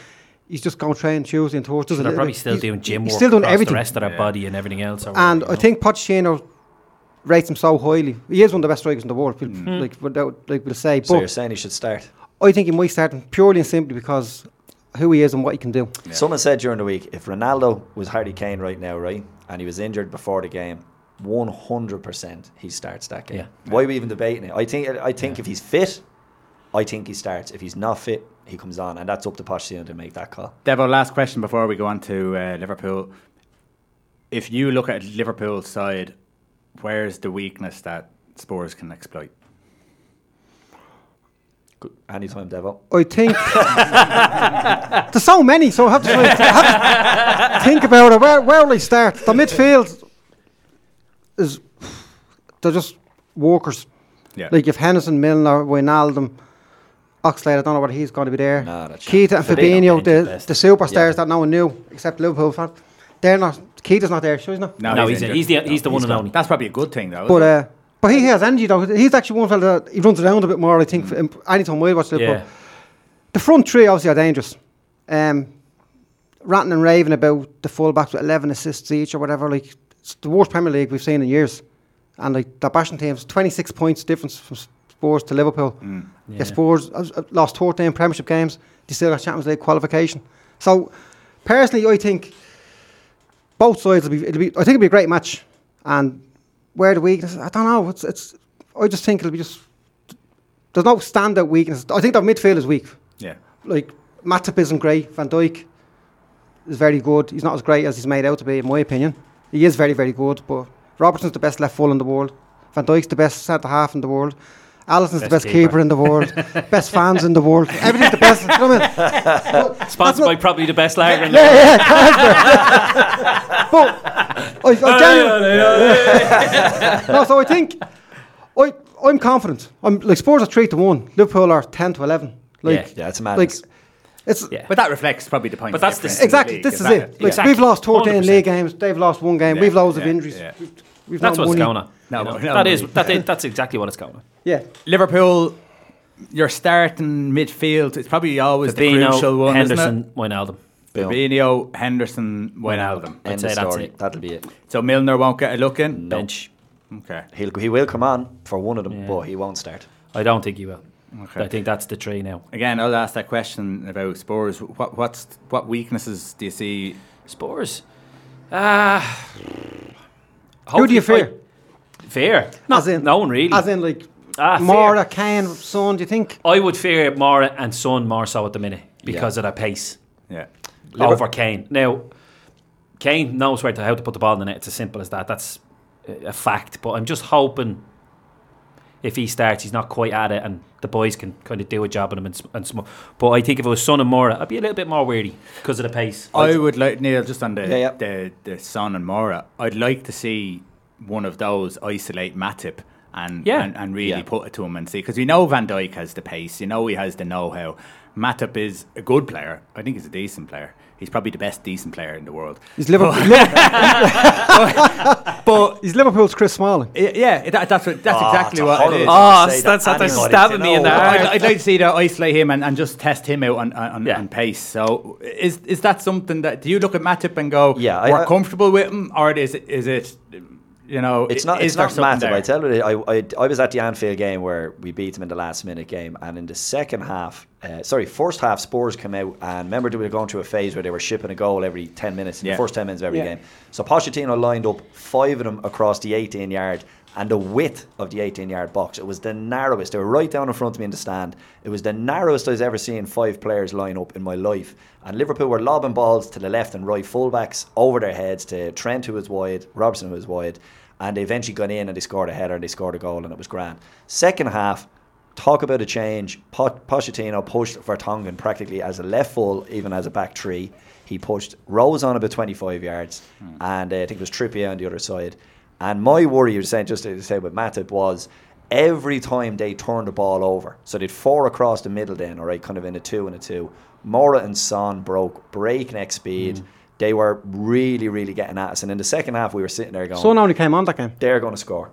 B: he's just going to train Tuesday and Thursday.
C: So they're
B: Like,
C: probably still
B: he's-
C: doing gym
B: he's
C: work.
B: still doing
C: across
B: everything.
C: The rest of their body and everything else. or
B: and
C: whatever, you
B: I
C: know.
B: think Pochettino rates him so highly. He is one of the best strikers in the world, we'll- like, without, like we'll say.
D: So you're
B: but
D: saying he should start?
B: I think he might start him purely and simply because who he is and what he can do.
D: Someone said during the week if Ronaldo was Harry Kane right now, right, and he was injured before the game, 100% he starts that game.
C: Yeah.
D: Why are we even debating it? I think I think if he's fit, I think he starts. If he's not fit, he comes on, and that's up to Pochettino to make that call.
A: Devo, last question before we go on to uh, Liverpool. If you look at Liverpool's side, where's the weakness that Spurs can exploit?
D: Good. Anytime, Devo.
B: I think there's so many, so I have to, try- I have to think about it. Where where will I start? The midfield is they're just walkers.
A: Yeah.
B: Like if Henderson, Milner, Wijnaldum, Oxlade, I don't know whether he's going to be there.
D: No, that's
B: Keita and
D: Fabinho played
B: Fabinho,
D: his
B: the,
D: best.
B: the superstars
D: Yeah.
B: that no one knew except Liverpool fan. They're not. Keita's not there, sure he's not.
C: No, he's-
A: injured.
C: he's the- he's the one and
A: gone.
C: only.
A: That's probably a good thing, though.
B: But uh, but he has energy though. He's actually one fella that he runs around a bit more. I think for- um, anytime we watch Liverpool,
C: yeah,
B: the front three obviously are dangerous. Um, ranting and raving about the fullbacks with 11 assists each or whatever. Like it's the worst Premier League we've seen in years. And like the bashing teams, 26 points difference from Spurs to Liverpool.
C: Yeah.
B: If Spurs uh, uh, lost 14 Premiership games, they still got Champions League qualification. So personally, I think both sides will be. It'll be. I think it'll be a great match. And where the weakness, I don't know. It's. It's. I just think it'll be just. There's no standout weakness. I think their midfield is weak
A: yeah.
B: like Matip isn't great. Van Dijk is very good. He's not as great as he's made out to be, in my opinion. He is very, very good. But Robertson's the best left full in the world. Van Dijk's the best centre half in the world. Allison's the
C: Best
B: best keeper.
C: keeper.
B: in the world. best fans in the world. Everything's the best. You know what I mean?
C: sponsored by probably the best lager in the
B: Yeah, yeah, Casper. but I, I genuinely- no, so I think I, I'm confident. I'm like Spurs are three to one. Liverpool are ten to eleven. Like,
D: Yeah, it's
B: like
D: madness.
B: it's
C: Yeah.
A: But that reflects probably the point.
C: But that's the
A: difference
C: s-
A: in the
B: Exactly.
A: league,
B: This is
A: that
B: it. Like
C: Exactly.
B: we've lost 14
C: 100%.
B: league games. They've lost one game.
A: Yeah,
B: We've loads of
A: yeah,
B: injuries.
A: yeah.
B: We've
C: that's
B: no
C: what's
B: money.
C: going on.
A: No,
C: You know,
A: but we don't
C: that
A: have
C: is
A: money.
C: that is, that's exactly what it's going on.
B: Yeah.
A: Liverpool, your starting midfield, it's probably always the
C: Fabinho,
A: crucial one.
C: Henderson,
A: isn't it?
C: Wijnaldum.
D: Boom.
A: Fabinho, Henderson, Wijnaldum.
D: End
C: say
D: of
C: that's
D: story.
C: it.
D: That'll be it.
A: So Milner won't get a look in?
C: Bench.
A: Okay.
D: He'll, he will come on for one of them,
C: Yeah.
D: but he won't start.
C: I don't think he will.
A: Okay.
C: I think that's the tree now.
A: Again, I'll ask that question about Spurs. What what's what weaknesses do you see?
C: Spurs. Ah.
B: Who do you
C: Hopefully-
B: fear?
C: I- fear? No,
B: As in-
C: no one really.
B: As in, like,
C: Ah, fear.
B: Mora, Kane, Son, do you think?
C: I would fear Mara and Son more so at the minute because of their pace
A: Yeah.
C: over Kane. Now, Kane knows where to how to put the ball in the net. It's as simple as that. That's a a fact. But I'm just hoping if he starts, he's not quite at it, and the boys can kind of do a job on him. And, sm- and sm- but I think if it was Son and Mora, I'd be a little bit more weary because of the pace.
A: I would like Neil just on the
D: Yeah, yeah.
A: the the Son and Mora. I'd like to see one of those isolate Matip and
C: Yeah.
A: and, and really
D: Yeah.
A: put it to him and see because we know Van Dijk has the pace, you know he has the know-how. Matip is a good player. I think he's a decent player. He's probably the best decent player in the world.
B: He's Liverpool.
A: But
B: He's Liverpool's Chris Smalling.
A: y- yeah, that, that's what, that's
D: Oh,
A: exactly
D: it's
A: what it
D: horrible.
A: is.
C: Oh,
D: Say
C: that's,
D: that
C: that's
D: anybody,
C: stabbing
D: you
C: me in the
D: know.
C: heart.
A: I'd, I'd like to see that isolate him and, and just test him out on on,
C: Yeah.
A: on pace. So is is that something that do you look at Matip and go,
D: Yeah, I-
A: we're
D: I-
A: comfortable with him, or is it is it you know
D: It's not.
A: Is
D: It's
A: there
D: not
A: something
D: Matip.
A: there?
D: I tell you, I, I I was at the Anfield game where we beat them in the last minute game, and in the second half, uh, sorry, first half, Spurs came out, and remember they were going through a phase where they were shipping a goal every ten minutes in
A: Yeah.
D: the first ten minutes of every
B: Yeah.
D: game. So Pochettino lined up five of them across the eighteen yard. And the width of the 18 yard box, it was the narrowest. They were right down in front of me in the stand. It was the narrowest I've ever seen five players line up in my life. And Liverpool were lobbing balls to the left and right fullbacks over their heads to Trent, who was wide, Robertson, who was wide and they eventually got in and they scored a header and they scored a goal and it was grand. Second half, talk about a change. Po- Pochettino pushed Vertonghen practically as a left full, even as a back three. He pushed Rose on about 25 yards, and uh, I think it was Trippier on the other side. And my worry, you were saying, just to say with Matip, was every time they turned the ball over. So they'd four across the middle then, all right, kind of in a two and a two. Mora and Son broke breakneck speed. They were really, really getting at us. And in the second half, we were sitting there going,
B: Son only came on that game.
D: they're going to score.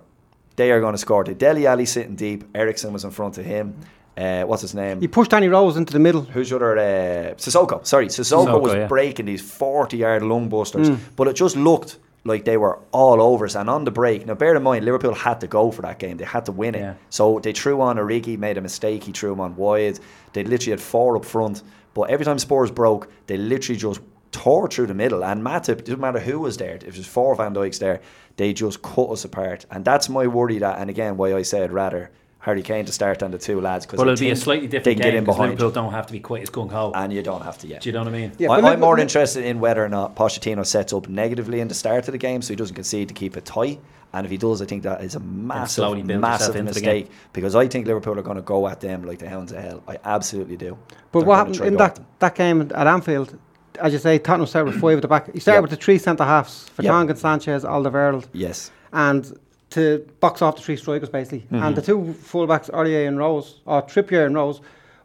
D: They are going to score. The Deli Ali sitting deep. Ericsson was in front of him. Uh, what's his name?
B: He pushed Danny Rose into the middle.
D: Who's the other? Uh, Sissoko. Sorry, Sissoko,
C: Sissoko,
D: was
C: yeah. Mm.
D: breaking these 40 yard lung busters, but it just looked like they were all over us. And on the break, now bear in mind, Liverpool had to go for that game. They had to win it.
C: Yeah.
D: So they threw on Origi, made a mistake. He threw him on wide. They literally had four up front. But every time Spurs broke, they literally just tore through the middle. And Matip, it didn't matter who was there, if it was four Van Dykes there, they just cut us apart. And that's my worry that, and again, why I said rather Harry Kane to start than the two lads. because
C: Well, it'll be a slightly
D: They
C: different
D: can
C: game
D: get in
C: 'cause
D: behind
C: Liverpool don't have to be quite as gung ho.
D: and you don't have to yet.
C: Do you know what I mean?
B: Yeah,
D: I,
B: but look-
D: I'm more
B: look-
D: interested in whether or not Pochettino sets up negatively in the start of the game so he doesn't concede to keep it tight. And if he does, I think that is a
C: slowly
D: massive,
C: build yourself
D: massive
C: into the
D: mistake because I think Liverpool are going to go at them like the hounds of hell. I absolutely do.
B: But
D: They're
B: what
D: gonna
B: happened
D: try
B: in
D: go
B: that,
D: at them.
B: that game at Anfield? As you say, Tottenham started with five at the back. He started
D: Yeah.
B: with the three centre halves:
D: Yeah.
B: Vertonghen, Sanchez, Alderweireld,
D: Yes.
B: and to box off the three strikers basically.
C: Mm-hmm.
B: And the two fullbacks, Aurier and Rose, or Trippier and Rose,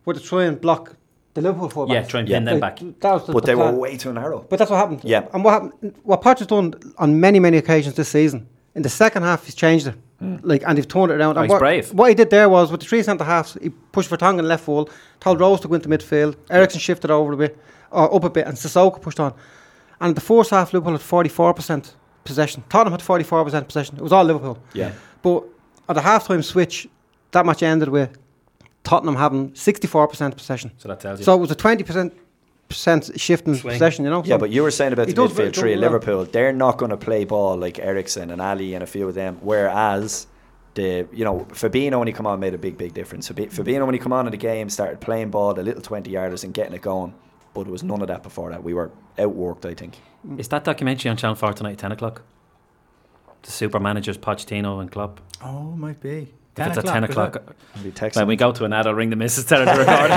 B: were to try and block the Liverpool fullbacks.
C: Yeah, try and pin them back.
B: That was the,
D: But
B: the
D: they were
B: plan.
D: way too narrow.
B: But that's what happened.
D: Yeah.
B: And what happened, what Potch has done on many, many occasions this season, in the second half, he's changed it.
D: Hmm.
B: Like, and they've turned it
D: Oh,
B: around. And
C: he's
B: what,
C: brave.
B: What he did there was with the three centre halves, he pushed Vertonghen left full, told Rose to go into midfield, Ericsson shifted over a bit, or up a bit, and Sissoko pushed on. And the first half, Liverpool had 44% possession. Tottenham had 44% possession. It was all Liverpool.
D: Yeah.
B: But at the halftime switch, that match ended with Tottenham having 64% possession.
C: So that tells you.
B: So it was a 20% percent shift in
C: Swing.
B: possession, you know?
D: Yeah,
B: So-
D: but you were saying about
B: He
D: the
B: does very
D: midfield three
B: double
D: at
B: that.
D: Liverpool, they're not going to play ball like Ericsson and Ali and a few of them. Whereas the you know Fabinho when he come on made a big big difference. Fabi- Fabinho when he come on in the game started playing ball, the little twenty yarders and getting it going. But there was none of that before that. We were outworked, I think.
C: Is that documentary on Channel 4 tonight at 10 o'clock? The super managers, Pochettino and Klopp.
A: Oh, might be.
C: If it's at 10 o'clock.
D: We text
C: When we go to an ad, I'll ring the missus, tell her to record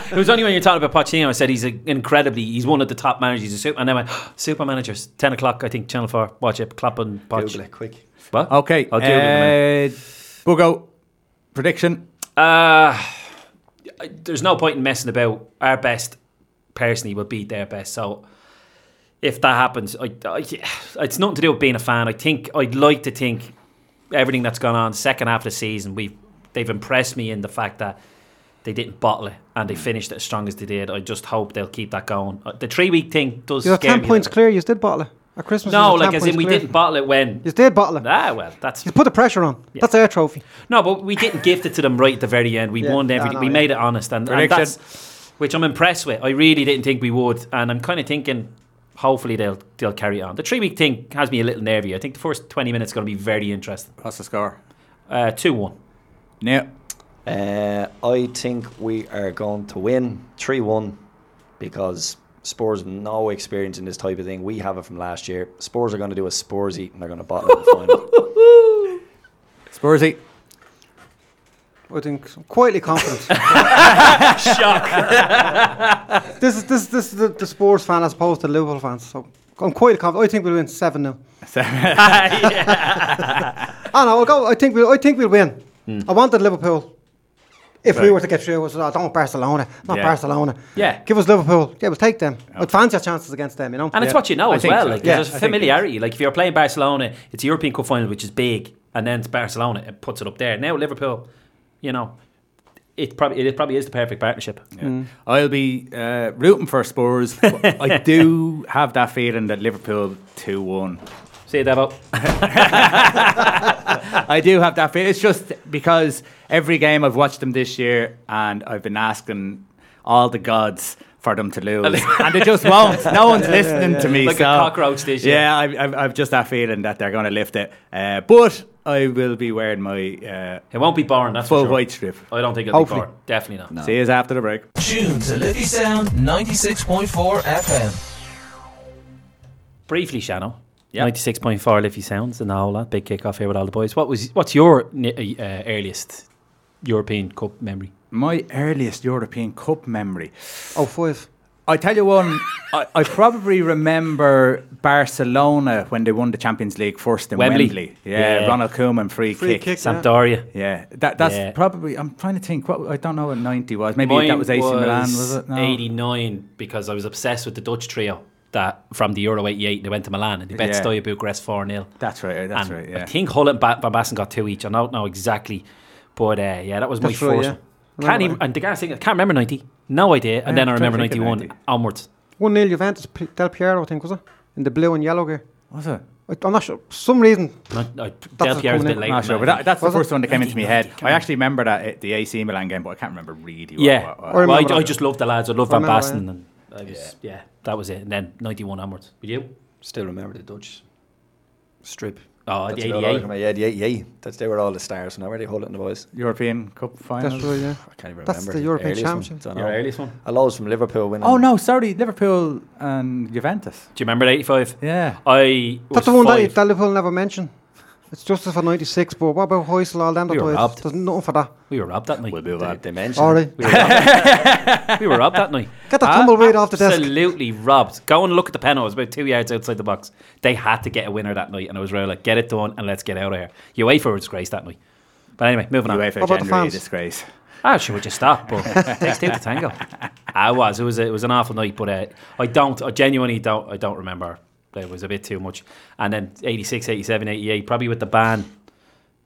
C: it. it was only when you were talking about Pochettino, I said he's a, incredibly, he's one of the top managers. He's a super, and then I went, super managers, 10 o'clock, I think, Channel 4, watch it, Klopp and
D: Google
C: Poch.
D: it quick.
C: What?
A: Okay.
C: I'll do it in a minute.
A: uh, Bugo, prediction.
C: Uh, there's no point in messing about. Our best personally will beat their best. So if that happens, I, I, it's nothing to do with being a fan. I think I'd like to think everything that's gone on second half of the season, we they've impressed me in the fact that they didn't bottle it and
B: Hmm.
C: they finished it as strong as they did. I just hope they'll keep that going. Uh, The three week thing does
B: You're
C: scare
B: ten
C: me a
B: points clear. You did bottle it at Christmas. you
C: no,
B: were 10
C: like as in
B: points
C: we
B: clear.
C: didn't bottle it when
B: You did bottle it.
C: Ah well, that's
B: You put the pressure on.
C: Yeah.
B: That's their trophy.
C: no, but we didn't gift it to them right at the very end. We
B: Yeah,
C: won
B: no,
C: everything.
B: no,
C: we
B: yeah.
C: made it honest, and, and
B: Prediction.
C: that's which I'm impressed with. I really didn't think we would, and I'm kind of thinking. Hopefully they'll they'll carry it on. The three week thing has me a little nervy. I think the first twenty minutes going to be very interesting.
A: What's the score?
C: Uh, two one.
A: Yeah.
D: Uh, I think we are going to win 3 1 because Spurs have no experience in this type of thing. We have it from last year. Spurs are going to do a Spursy and they're going to bottle it in the final.
A: Spursy.
B: I think so. quietly confident.
C: Shock.
B: this is this this is the, the Spurs fan as opposed to Liverpool fans. So I'm quietly confident. I think we'll win seven 0 I know. I'll go. I think Ah, we'll. I think we'll win.
C: Hmm.
B: I wanted Liverpool. If we
A: Right.
B: were to get through, I was like, I don't want Barcelona, not
A: Yeah.
B: Barcelona.
C: Yeah.
B: give us Liverpool. Yeah, we'll take them. I'd fancy our chances against them, you know.
C: And it's what you know
A: I
C: as
A: think
C: well.
A: so.
C: Like
A: Yeah,
C: there's
A: I
C: a
A: think-
C: familiarity. Like if you're playing Barcelona, it's a European Cup final, which is big, and then it's Barcelona, it puts it up there. Now Liverpool, you know, it probably it probably is the perfect partnership.
D: Hmm.
A: I'll be uh, rooting for Spurs. but I do have that feeling that Liverpool 2 1.
C: See you, Devo.
A: I do have that feeling. It's just because every game I've watched them this year and I've been asking all the gods for them to lose. and they just won't. No one's
C: Yeah, yeah,
A: listening
C: yeah.
A: to me.
C: Like a
A: so-
C: cockroach this year.
A: Yeah, I've, I've, I've just that feeling that they're going to lift it. Uh, but I will be wearing my uh,
C: It won't be boring. That's for
A: full
C: sure.
A: white strip.
C: I don't think it'll
A: Hopefully.
C: be boring. Definitely not.
A: See you after the break.
E: Tune to Liffey Sound 96.4 FM.
C: Briefly, Shannon. Ninety six point four Liffey sounds and all that big kick off here with all the boys. What was what's your ni- uh, earliest European Cup memory?
A: My earliest European Cup memory.
B: Oh, five.
A: I tell you one, I, I probably remember Barcelona when they won the Champions League first in
C: Wembley.
A: Wembley. Yeah,
C: Yeah.
A: Ronald Koeman free,
B: Free
A: kick.
B: kick, yeah.
C: Sampdoria.
A: Yeah, that, that's
C: Yeah.
A: probably. I'm trying to think. What I don't know what ninety was. Maybe
C: Mine
A: that was AC Milan. Was it? No.
C: 89 because I was obsessed with the Dutch trio that from the Euro 88 they went to Milan and they bet
A: Yeah.
C: Steaua Bucharest 4 0.
A: That's right. That's right.
C: I
A: Yeah.
C: think Hull and ba- Van Basten got two each. I don't know exactly, but uh, yeah, that was
B: That's
C: my
B: right,
C: first
B: yeah.
C: one. Can't
B: Remember
C: even, and the guy I can't remember 90. No idea. And
A: Yeah,
C: then I
A: I'm trying
C: remember
A: to think of
C: 91
A: 90.
C: onwards.
B: One 0 Juventus. P- Del Piero, I think was it in the blue and yellow gear.
A: Was it?
B: I, I'm not sure. For some reason,
C: Not, I,
B: That's
C: uh, Del Piero's a
B: coming
C: bit
B: in.
C: later.
A: Not
C: than
A: sure, but
C: that, I
A: that, that's the
B: Was it?
A: first one that came into my head. I
C: 1990,
A: actually remember that at the AC Milan game, but I can't remember really.
C: think.
A: What,
C: yeah.
A: what,
B: I
A: what.
C: Well, I,
B: remember
C: I
B: that.
C: just loved the lads. I loved
B: I
C: Van
B: remember
C: Basten. And I was, yeah. that was it. And then 91 onwards. Were you?
D: Still remember the Dutch strip.
A: Ah,
C: Oh,
D: That's
C: the
D: about all I
C: 88.
D: can remember. Yeah, the 88. That's they were all the stars. Now where they hold it in the boys.
A: European Cup final.
B: that's right. Yeah,
D: I can't even
B: That's
D: remember.
B: the European
D: earliest one.
B: Championship.
D: Don't
C: Your
D: know.
C: earliest one.
D: I lost from Liverpool winning.
A: Oh no, sorry, Liverpool and Juventus.
C: Do you remember the 85?
A: Yeah.
C: I was
B: that's the one that, you-
C: five.
B: that Liverpool never mentioned. It's just for '96, but what about Heusel all them?
C: We were
B: boys?
C: robbed.
B: There's nothing for that.
C: We were robbed that night.
A: do
D: They, they mentioned.
B: All right,
C: We were robbed, we were robbed that night.
B: get the tumbleweed off the desk.
C: Absolutely robbed. Go and look at the penalty. It was about two yards outside the box. They had to get a winner that night, and I was really like, get it done and let's get out of here. UEFA were disgraced that night. But anyway, moving on.
A: UEFA
B: What about the
A: January
B: fans?
A: disgrace.
C: Ah, sure, we just stop. But it takes two to tango. I was. It was. A, it was an awful night. But uh, I don't. I genuinely don't. I don't remember. It was a bit too much. And then 86, 87, 88, probably with the ban.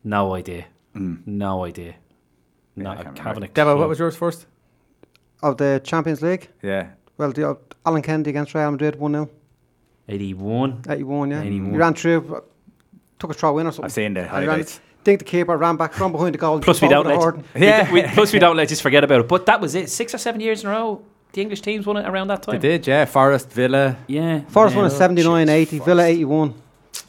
C: No idea. No idea.
A: Yeah, I
C: Not
A: can't
C: having
A: remember.
C: a
A: Devo,
C: clue.
A: what was yours first?
B: of the Champions League.
A: Yeah.
B: Well, the, uh, Alan Kennedy against Real Madrid, 1 0,
C: 81.
B: 81, yeah.
C: 81.
B: He ran through, uh, took a throw in or something.
A: I've seen the
B: And he ran-
A: highlights.
B: Think the keeper ran back, ran behind the goal.
C: Plus we
B: over
C: don't
B: the
C: let
B: Gordon.
A: Yeah.
C: we, we- plus we don't let just forget about it. But that was it. Six or seven years in a row, the English teams won it around that
A: They
C: time.
A: did, yeah. Forest Villa.
C: Yeah.
B: Forest
C: yeah.
B: won at 79 80, Villa 81.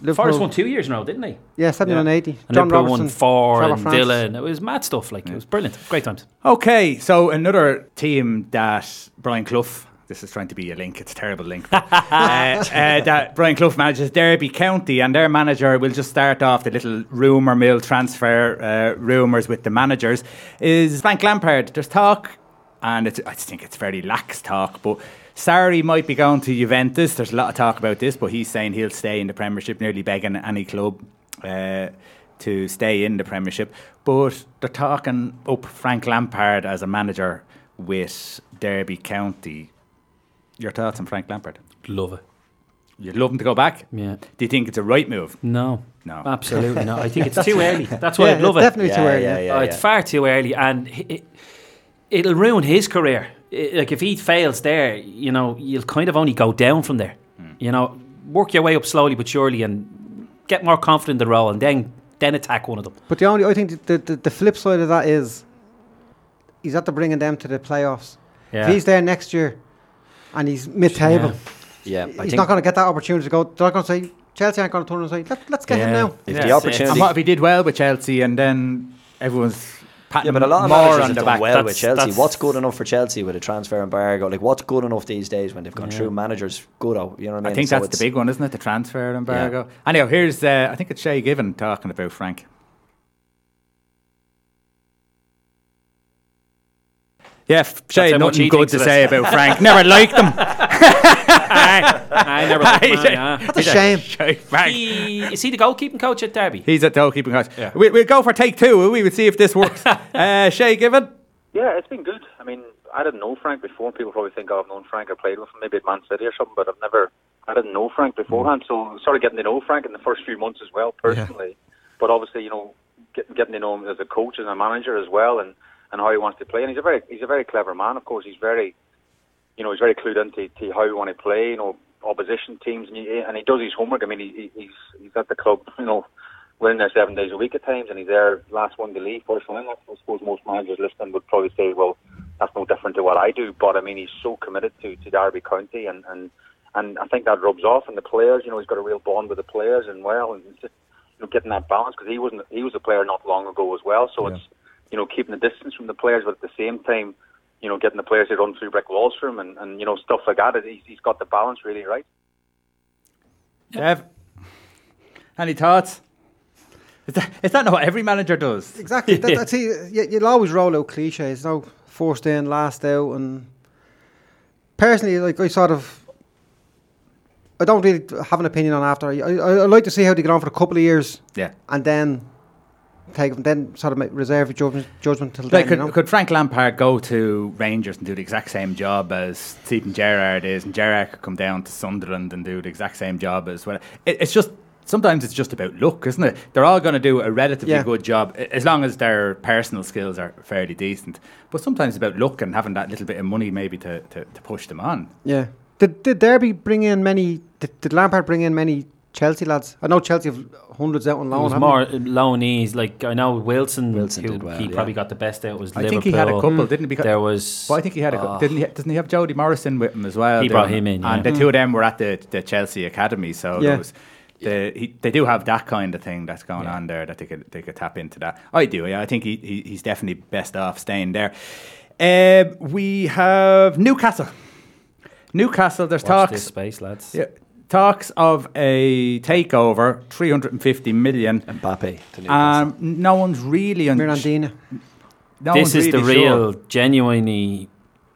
B: Liverpool,
C: Forest won two years in a row, didn't they?
B: Yeah, 79 80.
C: And
B: John
C: Liverpool
B: Robertson.
C: won four,
B: Trevor
C: and
B: France.
C: Villa, and it was mad stuff. Like it was brilliant, great times.
A: Okay, so another team that Brian Clough. This is trying to be a link. It's a terrible link. but, uh, uh, that Brian Clough manages Derby County, and their manager. We'll just start off the little rumor mill transfer uh, rumors with the managers. Is Frank Lampard? There's talk, and it's, I just think it's very lax talk, but. Sarri might be going to Juventus. There's a lot of talk about this, but he's saying he'll stay in the Premiership, nearly begging any club uh, to stay in the Premiership. But they're talking up Frank Lampard as a manager with Derby County. Your thoughts on Frank Lampard?
C: Love it.
A: You'd love him to go back.
C: Yeah.
A: Do you think it's a right move?
C: No.
A: No.
C: Absolutely not. I think it's too early. That's why
A: Yeah,
C: I love
A: it's
C: it.
A: definitely too Yeah, early, yeah, yeah.
C: Oh, it's
A: yeah.
C: far too early, and it, it'll ruin his career. I- like if he fails there, you know, you'll kind of only go down from there.
A: Hmm.
C: You know, work your way up slowly but surely, and get more confident in the role, and then then attack one of them.
B: But the only I think the, the, the flip side of that is he's after bringing them to the playoffs.
D: Yeah.
B: If he's there next year and he's mid table,
D: Yeah, I
B: he's
D: think-
B: not going to get that opportunity to go. They're not going to say Chelsea aren't going to turn and say Let, let's get him now.
A: And what if he did well with Chelsea and then everyone's patting
D: Yeah, but a lot of
A: more
D: managers
A: on
D: have
A: the
D: done
A: back?
D: well
A: That's-
D: with Chelsea.
A: that's-
D: What's good enough for Chelsea with a transfer embargo? Like, what's good enough these days when they've gone
A: Yeah.
D: through managers? Good, oh, you know what I mean?
A: I think
D: So
A: that's
D: it's-
A: the big one, isn't it? The transfer embargo. Anyhow, here's uh, I think it's Shay Given talking about Frank. Yeah, f- Shay,
C: how much
A: nothing
C: he
A: good to
C: thinks of
A: say
C: us.
A: about Frank. Never liked him.
C: I, never liked him, yeah.
A: He's Shay Frank.
C: He, is he the goalkeeping coach at Derby?
A: He's at the goalkeeping coach. We, we'll go for take two. will We would see if this works. uh, Shay Given.
L: Yeah, it's been good. I mean, I didn't know Frank before. People probably think oh, I've known Frank or played with him, maybe at Man City or something, but I've never, I didn't know Frank beforehand. So sort of getting to know Frank in the first few months as well, personally. But obviously, you know, getting, getting to know him as a coach and a manager as well, and, and how he wants to play. And he's a very, he's a very clever man. Of course, he's very, you know, he's very clued into to how we want to play. You know, opposition teams, and he, and he does his homework. I mean, he, he- he's he's at the club, you know, we're in there seven days a week at times, and he's there last one to leave. Personally, and I suppose most managers listening would probably say, "Well, that's no different to what I do." But I mean, he's so committed to to Derby County, and and and I think that rubs off. And the players, you know, he's got a real bond with the players, and well, and it's just you know getting that balance because he wasn't he was a player not long ago as well. So it's you know keeping the distance from the players, but at the same time, you know getting the players to run through brick walls for him, and and you know stuff like that. He's, he's got the balance really right.
A: Dev, any thoughts? Is that, is that not what every manager does?
B: Exactly. That, that's, see, you, you'll always roll out cliches. No forced in, last out, and personally, like I sort of, I don't really have an opinion on after. I, I, I like to see how they get on for a couple of years.
A: Yeah.
B: And then take them, then sort of make reserve your judgment, judgment till
A: Like,
B: then.
A: could,
B: you know?
A: could Frank Lampard go to Rangers and do the exact same job as Stephen Gerrard is, and Gerrard could come down to Sunderland and do the exact same job as well? It, it's just sometimes it's just about luck, isn't it? They're all going to do a relatively
B: Yeah.
A: good job a- as long as their personal skills are fairly decent. But sometimes it's about luck and having that little bit of money maybe to, to, to push them on.
B: Yeah. Did did Derby bring in many? Did, did Lampard bring in many Chelsea lads? I know Chelsea have hundreds out on
C: It
B: loan.
C: was
B: haven't
C: more
B: they?
C: uh, loanees. Like I know Wilson, who
A: did well,
C: he
A: yeah.
C: probably got the best out was
A: I
C: Liverpool.
A: think he had a couple, didn't he? Because-
C: there was.
A: Well, I think he had a couple.
C: Oh.
A: Didn't he, doesn't he have Jody Morrison with him as well?
C: He
A: They
C: brought
A: were-
C: him in,
A: and
C: yeah.
A: the two of them were at the, the Chelsea academy. So there
C: Yeah.
A: was the, he, they do have that kind of thing that's going on there that they could they could tap into that. I do. Yeah, I think he, he he's definitely best off staying there. Um, we have Newcastle. Newcastle. There's
C: Watch
A: talks.
C: this space, lads.
A: Yeah, talks of a takeover, 350 million.
D: Mbappe.
A: Um, no one's really on.
B: Mirandina.
A: No
C: this
A: one's
C: is the
A: really
C: real,
A: sure.
C: genuinely.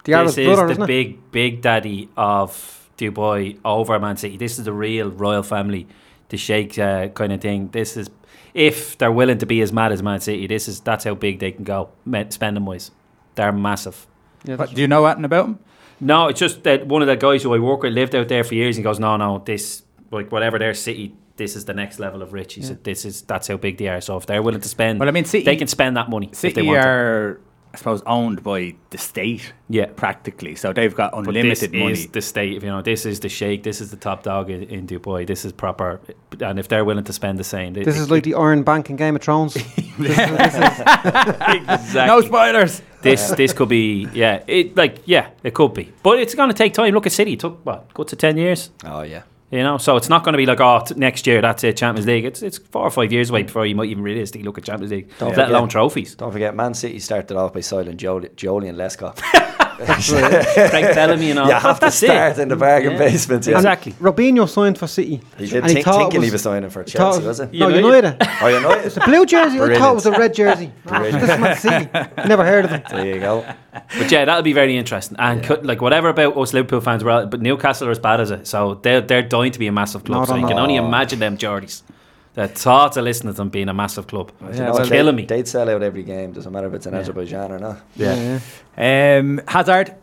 B: The Arab
C: this is
B: brother,
C: the
B: isn't it?
C: big, big daddy of Dubai over Man City. This is the real royal family, the Sheikh uh, kind of thing. This is if they're willing to be as mad as Man City. This is that's how big they can go me- spending wise. They're massive.
B: Yeah,
A: But do you know anything about him?
C: No, it's just that one of the guys who I work with lived out there for years. And he goes, no, no, this like whatever their city, this is the next level of rich. He
A: Yeah.
C: said, this is that's how big they are. So if they're willing to spend,
A: Well, I mean, City-
C: they can spend that money if they
A: City
C: want. to.
A: are, I suppose, owned by the state.
C: Yeah,
A: practically. So they've got
C: But
A: unlimited
C: this
A: money.
C: Is the state, you know, this is the sheikh. This is the top dog in, in Dubai. This is proper, and if they're willing to spend the same, they,
B: This
C: they-
B: is like the Iron Bank in Game of Thrones. This is- this is-
C: exactly.
A: No spoilers.
C: This this could be yeah it like yeah it could be but it's going to take time look at City it took what go to 10 years
D: oh yeah
C: you know so it's not going to be like oh t- next year that's it Champions League it's it's 4 or 5 years away before you might even realistically look at Champions League let alone trophies.
D: Don't forget, Man City started off by signing Jolie, Jolie and Lescott.
C: right. Craig Bellamy and all.
D: You have
C: That's
D: to
C: it.
D: start in the bargain
C: Yeah.
D: basement. Yeah.
B: And Robinho signed for City.
D: He did
B: and
D: think,
B: thought it
D: thinking he
B: was-
D: was signing for
B: he thought
D: Chelsea,
B: it
D: was it?
B: No, United.
D: Oh, United.
B: It's a blue jersey. I thought it was a red jersey. Ah,
D: Brilliant.
B: this is Man City. Never heard of them.
D: There you go.
C: But yeah, that'll be very interesting. And cut, like whatever about us Liverpool fans, were, but Newcastle are as bad as it, so they're they're dying to be a massive club.
D: No,
C: so
D: they're
C: you can
D: not.
C: only imagine them Geordies. The thought of listening to them being a massive club,
D: You
C: it's
D: know what,
C: killing
D: they,
C: me.
D: They'd sell out every game. Doesn't matter if it's in Azerbaijan or not.
C: Yeah.
A: Um, Hazard.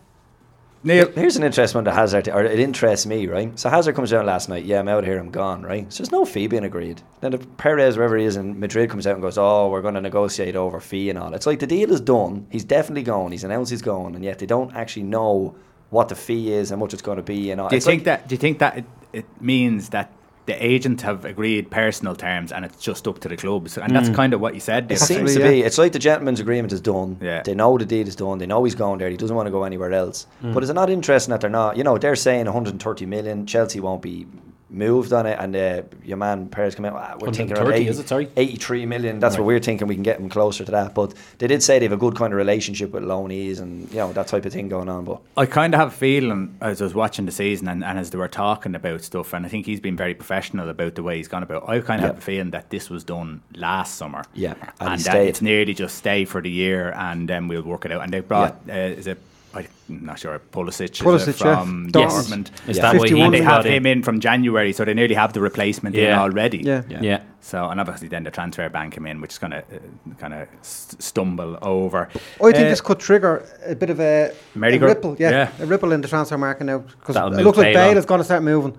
D: Neil. Here's an interesting one to Hazard, or it interests me, right? So Hazard comes out last night. Yeah, I'm out of here. I'm gone, right? So there's no fee being agreed. Then if Perez, wherever he is in Madrid, comes out and goes, "Oh, we're going to negotiate over fee and all." It's like the deal is done. He's definitely going. He's announced he's going, and yet they don't actually know what the fee is and what it's going to be. And all.
A: Do you
D: It's
A: think
D: like-
A: that? Do you think that it, it means that the agents have agreed personal terms and it's just up to the clubs? And that's
D: Mm.
A: kind of what you said.
D: It
A: there,
D: seems to
A: Frank.
D: be. It's like the gentleman's agreement is done.
A: Yeah.
D: They know the deal is done. They know he's going there. He doesn't want to go anywhere else.
A: Mm.
D: But is it not interesting that they're not? You know, they're saying 130 million. Chelsea won't be moved on it, and uh, your man Perez come out. "Ah, we're thinking around
C: 130,
D: 80
C: is it? Sorry?
D: 83 million. That's what
C: Right.
D: we're thinking. We can get him closer to that. But they did say they have a good kind of relationship with loanees and you know that type of thing going on. But
A: I kind of have a feeling as I was watching the season and, and as they were talking about stuff, and I think he's been very professional about the way he's gone about. I kind of
D: Yeah.
A: have a feeling that this was done last summer.
D: Yeah, and
A: and,
D: he
A: that
D: stayed.
A: it's nearly just stay for the year, and then we'll work it out. And they brought uh, is it. I'm not sure. Pulisic, is it,
B: Pulisic, yeah.
A: from
B: Yes.
A: Dortmund.
C: Is that what he
A: And they
C: got
A: have
C: in?
A: him in from January, so they nearly have the replacement in
C: Yeah.
A: already.
C: Yeah. Yeah. Yeah.
A: So, and obviously then the transfer ban came in, which is going to uh, kind of st- stumble over.
B: I think
A: Uh,
B: this could trigger a bit of a, a
A: Merry-go-
B: ripple, yeah,
A: yeah.
B: a ripple in the transfer market now because
A: That'll
B: it
A: move
B: looks like
A: Bale on.
B: Bale is going to start moving.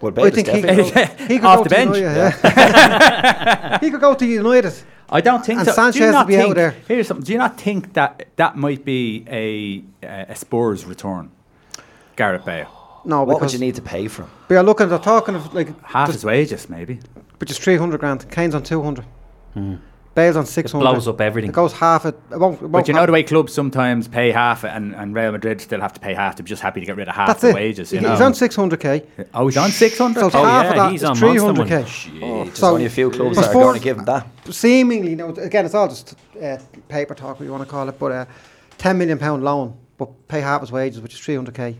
D: Well,
B: I think he could, go, he could
A: Off
B: go
A: the
B: to
A: bench.
B: United, yeah. he could go to United.
A: I don't think
B: and
A: so. Do you
B: Sanchez
A: not
B: will be
A: think,
B: out there.
A: Here's something. Do you not think that that might be a a a Spurs return? Gareth Bale,
B: No,
D: what would
B: because
D: you need to pay for him?
B: we are looking. They're talking of like
A: half
B: just-
A: his wages maybe.
B: which is three hundred grand. Kane's on two hundred. Bale's on six hundred.
A: Hmm. blows up everything.
B: It goes half it. it, won't, it won't
A: But you know the way clubs sometimes pay half, and, and Real Madrid still have to pay half. They're just happy to get rid of half
B: That's
A: the
B: it.
A: wages.
B: He-
A: You know?
B: He's on 600k.
A: Oh, he's on 600.
B: So
A: Oh,
B: half
A: yeah,
B: of that
A: he's
B: is
A: on monster money.
B: 300k.
A: Shit,
D: there's only a few clubs that are
B: Oh. before-
D: gonna give him that.
B: Seemingly, now again, it's all just uh, paper talk, what you want to call it, but uh, 10 million pound loan, but pay half his wages, which is 300k.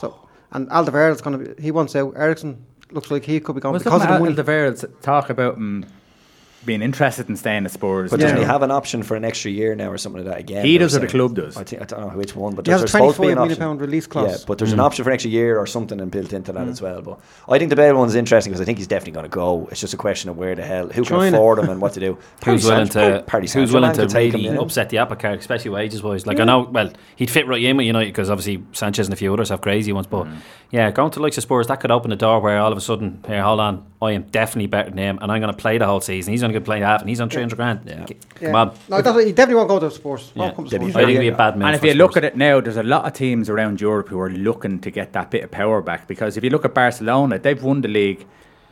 B: So, and Alderweireld's going to be, he wants out. Ericsson looks like he could be gone
A: Was
B: because of the money.
A: talk about him being interested in staying at Spurs?
D: But
A: you
D: doesn't he
A: know?
D: have an option for an extra year now or something like that again?
A: He
D: they were
A: does or the
D: saying?
A: club does?
D: I, think, I don't know which one, but
B: He
D: there's
B: has a
D: supposed to be an
B: 25 million
D: option.
B: pound release clause. Hmm.
D: Yeah, but there's
A: Hmm.
D: an
B: Mm.
D: option for an extra year or something and built into that as well. But I think the Bale one's interesting because I think he's definitely going to go. It's just a question of where the hell, who can
C: China.
D: afford him and what to do. Paris
C: Who's willing
D: Saint- oh,
C: to?
D: Paris
C: Who's
D: Saint-Germain
C: willing to
D: could take
C: really
D: him, you know?
C: upset the apple cart, especially wages wise? Like
D: Yeah.
C: I know, well, he'd fit right in with United because obviously Sanchez and a few others have crazy ones.
D: Mm.
C: But yeah, going to the likes of Spurs, that could open the door where all of a sudden, here, hold on, I am definitely better than him, and I'm going to play the whole season. He's only going to play half, and he's on three hundred grand. Come
B: Yeah.
C: on,
B: No, that's, he definitely won't go to Spurs.
C: Yeah.
B: Won't come to
C: They'd be
B: Spurs.
C: very- I think it'd be a bad move
A: And if
C: for
A: you look at it now, there's a lot of teams around Europe who are looking to get that bit of power back because if you look at Barcelona, they've won the league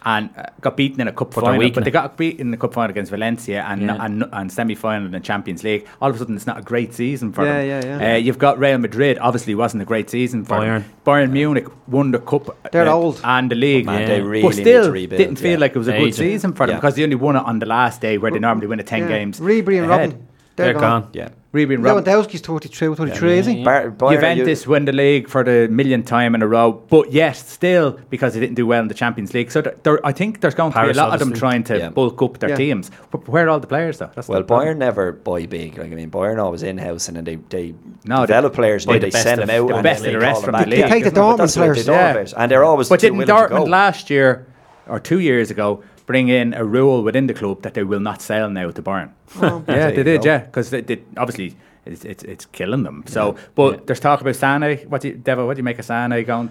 A: and uh, got beaten in a cup
C: But they're
A: final,
C: weak
A: but they
C: now.
A: got beaten in the cup final against Valencia and
C: Yeah.
A: and, and semi final in the Champions League. All of a sudden, it's not a great season for
B: Yeah,
A: them.
B: yeah, yeah.
A: Uh, you've got Real Madrid, obviously, wasn't a great season for
C: Bayern. Oh,
A: them. Bayern Munich won the cup. uh,
B: They're old.
A: and the league,
D: man, they really
A: but
D: need to
A: still
D: rebuild,
A: didn't feel
D: yeah.
A: like it was a good
C: Aging.
A: season for them
D: Yeah.
A: because they only won it on the last day where they normally win a ten
B: Yeah.
A: games.
B: Ribery
A: ahead.
B: and Robin. They're, gone.
D: Yeah.
A: Ribery and Robin.
B: Lewandowski's 22, 23, is he?
D: Bar- Bayern,
A: Juventus win the league for the millionth time in a row, but yet still because they didn't do well in the Champions League. So there, there- I think there's going to
D: Paris,
A: be a lot of them
D: obviously.
A: trying to
D: Yeah.
A: bulk up their
D: Yeah.
A: teams. But where are all the players though? That's
D: Well,
A: the problem.
D: Bayern never buy big. Like I mean, Bayern always in house and then they they
A: No, they-
D: develop players.
A: Buy
D: They,
A: the
D: they
A: best
D: send
A: of-
D: them out.
A: the
D: and
A: best
D: then
A: of the
D: call
A: rest
D: them
A: from the
D: back.
A: They league. take the
D: Isn't it?
B: Dortmund
D: That's what they
B: players.
D: do,
B: Yeah.
D: players. and they're always.
A: But
D: too
A: didn't
D: willing to go.
A: Dortmund last year or two years ago bring in a rule within the club that they will not sell now to Bayern?
B: Oh.
A: yeah,
D: There
A: they
D: you
A: did.
D: go.
A: Yeah, because they, they obviously. It's, it's, it's killing them. So, but there's talk about Sane. What do you, Devo, what do you make of Sane going?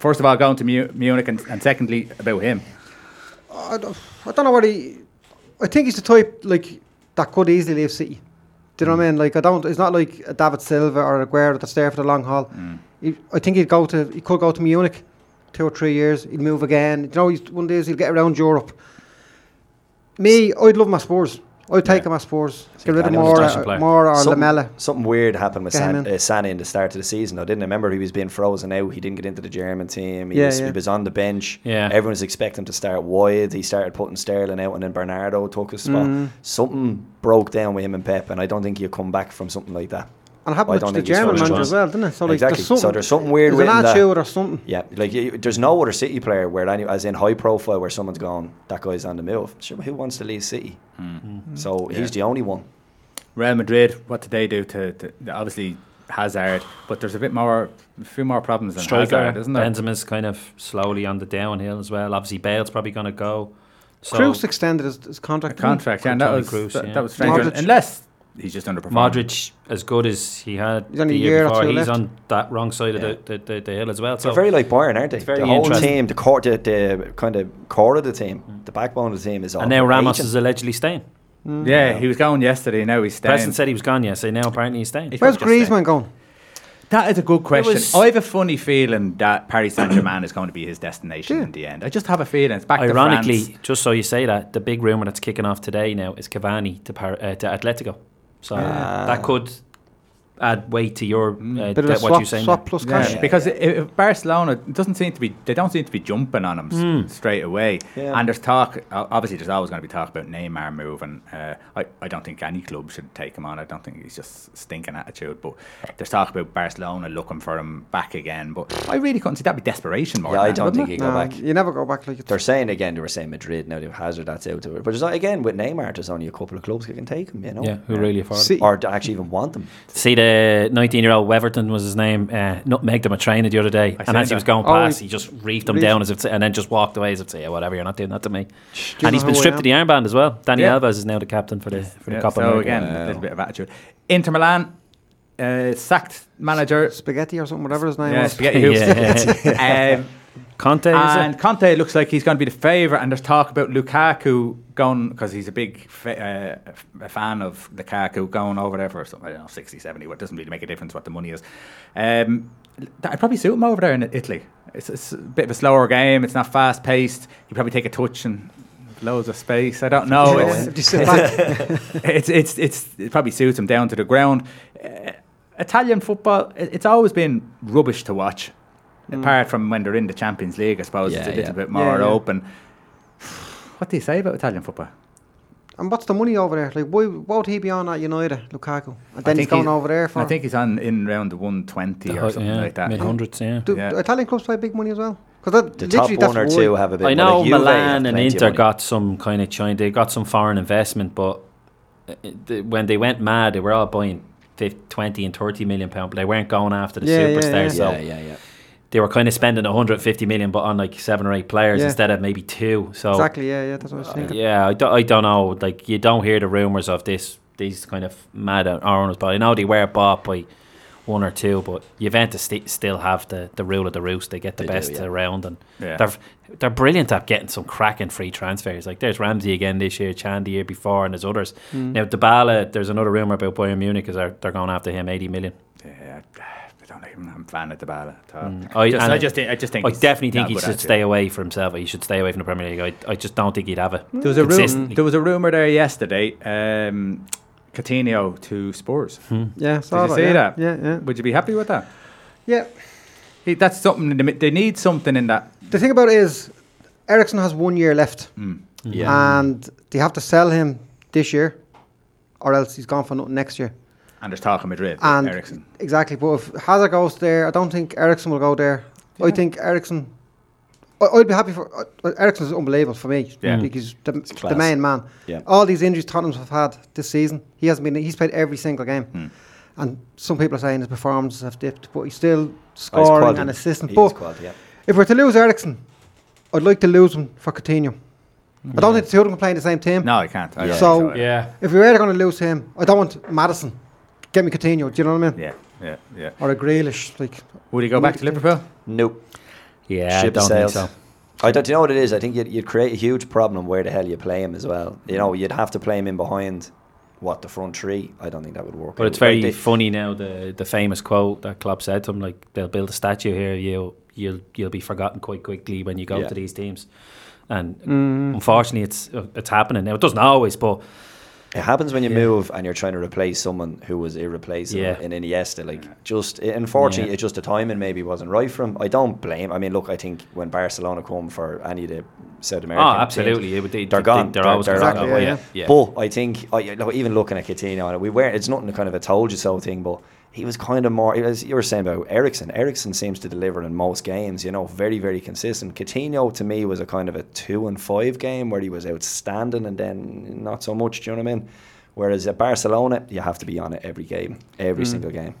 A: First of all, going to Mu- Munich, and, and secondly, about him.
B: I don't, I don't know what he. I think he's the type like that could easily leave City. Do you know what I mean? Like I don't. It's not like a David Silva or a Aguero that's there for the long haul.
D: Mm.
B: He, I think he'd go to. He could go to Munich, two or three years. He'd move again. You know, he's, one of these he'll get around Europe. Me, I'd love my Spurs. I'd take him at Spurs. Get rid of
D: Daniel's
B: more,
D: Dutch
B: uh,
D: player.
B: more or
D: something,
B: Lamella.
D: Something weird happened with
B: Get him
D: San,
B: in.
D: uh, Sane in the start of the season. I didn't remember he was being frozen out. He didn't get into the German team. He,
B: Yeah,
D: was,
B: yeah.
D: he was on the bench.
C: Yeah.
D: Everyone was expecting him to start wide. He started putting Sterling out, and then Bernardo took his spot.
B: Mm.
D: Something broke down with him and Pep, and I don't think he'll come back from something like that.
B: And it happened
D: I
B: with
D: don't
B: the
D: think he's
B: German
D: finished
B: manager
D: well.
B: as well, didn't it? So, like,
D: exactly.
B: there's something-
D: so there's something weird
B: there's
D: with
B: an
D: that.
B: attitude or something.
D: Yeah, like you, there's no other City player where any, as in high profile where someone's gone that guy's on the move. Sure, who wants to leave City?
B: Mm.
D: So he's the only one.
A: Real Madrid, what did they do to, to obviously Hazard? But there's a bit more, a few more problems than
C: striker.
A: Hazard, isn't there?
C: Benzema's kind of slowly on the downhill as well. Obviously, Bale's probably going to go. So
B: Cruz extended his, his contract. didn't he?
A: Contract, yeah, and that
C: Tony
A: was
C: Cruz,
A: that,
C: yeah.
A: that was strange.
B: Modric.
A: Unless he's just underperforming.
C: Modric, as good as he had
A: He's only
C: the
A: a year
C: year
A: or
C: before,
A: two
C: he's
A: left.
C: on that wrong side of the, the, the, the hill as well.
D: They're
C: So
D: very like Bayern, aren't they?
C: It's very
D: the whole
C: interesting. Mm.
D: team, the core, the, the kind of core of the team, the backbone of the team is all.
C: And now Ramos
D: aging.
C: is allegedly staying.
D: Mm.
A: Yeah, he was gone yesterday. Now he's staying.
C: Preston said he was gone yesterday. Now apparently he's staying.
B: Where's Griezmann going?
A: That is a good question.
C: was-
A: I have a funny feeling that Paris Saint Germain is going to be his destination in the end. I just have a feeling. It's back to France.
C: Ironically, just so you say that, the big rumor that's kicking off today now is Cavani to Par- uh, to Atletico. So
A: Ah.
C: that could add weight to your uh,
A: Bit of a
C: that, what
A: swap-
C: you're saying.
A: swap
B: plus
A: Yeah, because i- if Barcelona doesn't seem to be, they don't seem to be jumping on him s-
C: Mm.
A: straight away.
C: Yeah.
A: And there's talk, o- obviously, there's always going to be talk about Neymar moving. Uh, I, I don't think any club should take him on. I don't think he's just stinking attitude. But there's talk about Barcelona looking for him back again. But I really couldn't see that'd be desperation more.
D: Yeah,
A: than
D: I
A: that,
D: don't
A: wouldn't
D: think
A: it?
D: he'd go back.
B: Um, You never go back like
D: They're saying again, they were saying Madrid now. They have Hazard that's out to it, but there's not, again with Neymar, there's only a couple of clubs that can take him. You know,
C: Yeah, who really afford
D: See,
C: him.
D: or to actually even want them.
C: See the 19 year old Weverton was his name. Uh, nutmegged him a trainer the other day, and
D: seen
C: as he
D: that.
C: was going
D: Oh,
C: past,
D: he-
C: he just reefed him
D: reefed-
C: down as if to, and then just walked away as if to say, yeah, whatever, you're not doing that to me.
A: you
C: And he's
A: know who
C: been
A: I
C: stripped of the
A: am?
C: armband as well. Danny
A: Yeah.
C: Alves is now the captain for the for the
A: Yeah,
C: Copa
A: so
C: America.
A: again, a little bit of attitude. Inter Milan uh, sacked manager
B: Spaghetti or something, whatever his name
A: yeah,
B: was.
A: Spaghetti Hoops.
B: Yeah.
A: um,
C: Conte, is it?
A: and Conte looks like he's going to be the favourite, and there's talk about Lukaku going because he's a big fa- uh, f- a fan of Lukaku going over there for something I don't know 60, 70 What doesn't really make a difference what the money is. Um, I'd probably suit him over there in Italy. It's, it's a bit of a slower game. It's not fast paced. You probably take a touch and loads of space. I don't know.
B: Yeah,
A: It's-
B: just sit back.
A: it's, it's, it's, it probably suits him down to the ground. Uh, Italian football, i- it's always been rubbish to watch, apart from when they're in the Champions League, I suppose it's a
D: Yeah,
A: little
D: yeah.
A: bit
D: Yeah,
A: more
D: yeah.
A: open. What do you say about Italian football?
B: And what's the money over there? Like, why why would he be on at United, Lukaku? And
A: I
B: then he's
A: think
B: going
A: he-
B: over there for.
A: I think he's on in round the 120
C: The
A: or
C: hu-
A: something
C: Oh, yeah,
A: like that.
C: mid-hundreds, yeah.
B: do do Italian clubs play big money as well? Because that
D: The top
B: literally that's
D: one or
B: why.
D: two have a bit.
C: I
D: well,
C: know
D: like Juve
C: Milan
D: have
C: and
D: plenty of
C: Inter
D: money.
C: got some kind of China. They got some foreign investment, but uh, the- when they went mad, they were all buying 50, 20 and 30 million pound. But they weren't going after the
D: Yeah, yeah,
C: superstars.
D: yeah.
C: So
D: Yeah, yeah, yeah.
C: They were kind of spending 150 million, but on like seven or eight players
B: Yeah.
C: instead of maybe two. So
B: Exactly, yeah, yeah, that's what I was thinking.
C: oh. yeah, I don't, I don't know. Like you don't hear the rumors of this these kind of mad owners, but I know they were bought by one or two. But Juventus sti- still have the, the rule of the roost. They get the
D: They do,
C: best
D: yeah.
C: around, and
D: Yeah.
C: they're they're brilliant at getting some cracking free transfers. Like there's Ramsey again this year, Chan the year before, and there's others.
B: Hmm.
A: Mm.
C: Now Dybala, there's another rumor about Bayern Munich because they're, they're going after him 80 million.
A: Yeah, I don't even, I'm a fan of Dybala at all.
C: Mm.
A: Just-
C: and
A: I, just think, I just think
C: I
A: he's
C: definitely think
A: not
C: he
A: good
C: should
A: at it.
C: stay away for himself. He should stay away from the Premier League. I, I just don't think he'd have it.
A: There was a room,
C: consistently.
A: there was a rumor there yesterday. Um, Coutinho to Spurs.
B: Yeah,
A: did
B: saw
A: you
B: that,
A: see
B: yeah.
A: that?
B: Yeah, yeah.
A: Would you be happy with that?
B: Yeah.
A: He, that's something in the mid- they need something in that.
B: The thing about it is, Ericsson has one year left.
A: Yeah.
B: And they have to sell him this year, or else he's gone for nothing next year.
A: And there's talk of Madrid.
B: And
A: Ericsson.
B: Exactly. But if Hazard goes there, I don't think Ericsson will go there. I think Ericsson. I- I'd be happy for uh, Ericsson's unbelievable for me
D: Yeah.
B: because the, the
D: class.
B: main man.
D: Yeah.
B: All these injuries Tottenham's have had this season, he hasn't been. He's played every single game,
D: Hmm.
B: and some people are saying his performances have dipped, but he's still scoring
D: Oh, quality.
B: and assisting.
D: He
B: but
D: is quality, yeah.
B: if we're to lose Ericsson, I'd like to lose him for Coutinho. I don't think the two of them can play in the same team.
A: No, I can't. I don't
B: so
A: think so. Yeah.
B: if we were going to lose him, I don't want Madison. Get me Coutinho. Do you know what I mean?
A: Yeah, yeah, yeah.
B: Or a Grealish. Like,
A: Would he go back to Liverpool?
D: Nope.
C: Yeah, I
D: Ship
C: don't think
D: sails.
C: so.
D: I don't. do You know what it is? I think you'd, you'd create a huge problem where the hell you play him as well. You know, you'd have to play him in behind what the front three. I don't think that would work.
C: But
D: out.
C: it's very
D: Like, they-
C: funny now the the famous quote that Klopp said to him like they'll build a statue here you'll you'll you'll be forgotten quite quickly when you go
D: Yeah.
C: to these teams. And
D: Mm.
C: unfortunately it's uh, it's happening now. It doesn't always but
D: It happens when you
C: Yeah.
D: move and you're trying to replace someone who was irreplaceable
C: Yeah.
D: in Iniesta. Like, just i- unfortunately,
C: Yeah.
D: it's just the timing maybe wasn't right for him. I don't blame. I mean, look, I think when Barcelona come for any of the South American, teams,
C: ah, Oh, absolutely. It would- they-
D: they're
C: they-
D: gone.
C: they're always gonna
D: gone.
C: go, yeah, yeah. Yeah.
D: But I think I, you know, even looking at Coutinho, and we were it's nothing kind of a told you so thing, but. He was kind of more, as you were saying about Ericsson. Ericsson seems to deliver in most games, you know, very, very consistent. Coutinho to me was a kind of a two and five game where he was outstanding and then not so much. Do you know what I mean? Whereas at Barcelona, you have to be on it every game, every
A: Mm.
D: single game.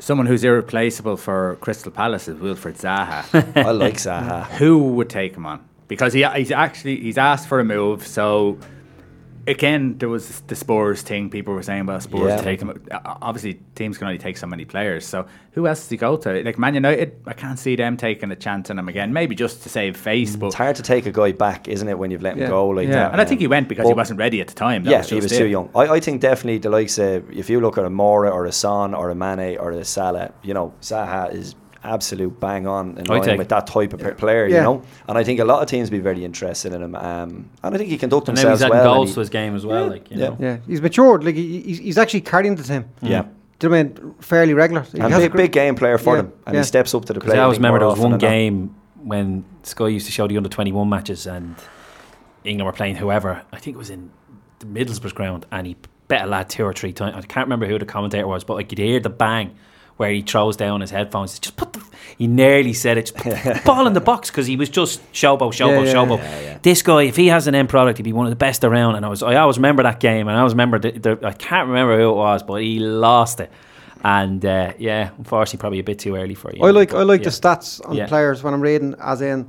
A: Someone who's irreplaceable for Crystal Palace is Wilfred Zaha.
D: I like Zaha.
A: Who would take him on? Because he, he's actually he's asked for a move, so again, there was the Spurs thing. People were saying, well, Spurs
D: Yeah.
A: take him. Obviously, teams can only take so many players. So who else does he go to? Like Man United, I can't see them taking a chance on him again. Maybe just to save
B: Mm.
A: face, but
D: It's hard to take a guy back, isn't it, when you've let him
A: Yeah.
D: go like
A: Yeah.
D: that?
A: And I think he went because he
D: Well,
A: wasn't ready at the time. That
D: yeah,
A: was
D: he
A: just
D: was
A: it.
D: too young. I, I think definitely the likes of, if you look at a Mora or a Son or a Mane or a Salah, you know, Zaha is absolute bang on in
C: I
D: line
C: take-
D: with that type of per- player,
C: Yeah.
D: you know. And I think a lot of teams be very interested in him. Um, and I think he conducted
C: And now
D: himself
C: he's adding
D: well. and
C: goals
D: he-
C: to his game as well. Like, you
D: Yeah.
C: know.
B: Yeah, he's matured. Like he, he's, he's actually carrying the team.
D: Yeah.
C: Mm.
B: Do you know what I mean? Fairly regular. He
D: And
B: has a
D: big-
B: gr-
D: big game player for
B: Yeah,
D: them, and he
B: yeah.
D: steps up to the
C: 'Cause
D: plate.
C: I always
D: I think,
C: remember there
D: more
C: was one
D: often than not.
C: game when Sky used to show the under 21 matches and England were playing whoever. I think it was in the Middlesbrough ground and he bet a lad two or three times. I can't remember who the commentator was, but I could hear the bang where he throws down his headphones. He Just put the. He nearly said it. Just put the ball in the box because he was just showbo, showbo,
D: Yeah, yeah.
C: showbo.
D: Yeah, yeah.
C: This guy, if he has an end product, he'd be one of the best around. And I was, I always remember that game, and I always remember. The, the, I can't remember who it was, but he lost it. And uh, yeah, unfortunately, probably a bit too early for you.
B: I like I
C: but
B: like
C: yeah.
B: the stats on
C: Yeah.
B: players when I'm reading, as in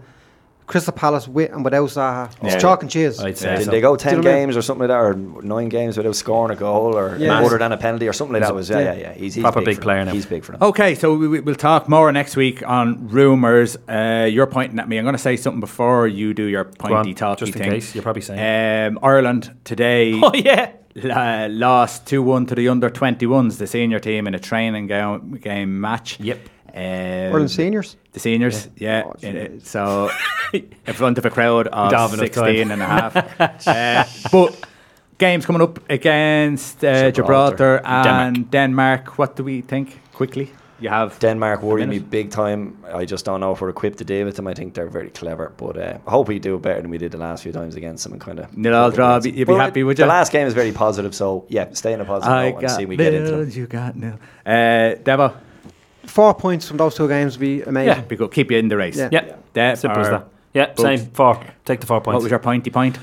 B: Crystal Palace with and without Zaha. It's
D: Yeah.
B: chalk and cheese.
D: Did they go
B: Do you know
D: ten
B: what I mean?
D: games or something like that, or nine games without scoring a goal, or
B: Yeah.
D: more than a penalty, or something like
A: He's
D: that?
A: a-
D: Was yeah,
A: yeah.
D: yeah, yeah. He's, he's
C: Proper big
D: for
C: player
D: them.
C: now.
D: He's big for them.
A: Okay, so we, we- we'll talk more next week on rumours. Uh, you're pointing at me. I'm going to say something before you do your pointy
C: on,
A: talky
C: just in
A: thing.
C: case. You're probably
A: saying. Um, Ireland today.
C: Oh, yeah.
A: l- uh, lost 2 1 to the under 21s, the senior team, in a training ga- game match. Yep. Um,
B: Ireland seniors?
A: The seniors, yeah. in it. so, in front of a crowd
C: Don't have
A: of
C: enough
A: 16
C: time.
A: and a half. uh, but games coming up against uh,
D: Gibraltar.
A: Gibraltar, and Denmark. What do we think? Quickly, you have
D: Denmark worry me
A: minute.
D: big time. I just don't know if we're equipped to deal with them. I think they're very clever, but uh, I hope we do better than we did the last few times against them and kind of
A: Nil all draw, be- you'd be happy, would
D: The
A: ya?
D: last game is very positive, so yeah, stay in a positive
A: I
D: note Oh, and
A: got
D: see we get into
A: nil,
D: them.
A: you got nil. Uh, Devo,
B: Four points from those two games would be amazing.
A: yeah, we could keep you in the race.
B: Yeah.
C: Yeah.
A: That
C: Simple as
A: are
C: that. Yeah,
A: both-
C: same. Four. Take the four points.
A: What was your pointy point?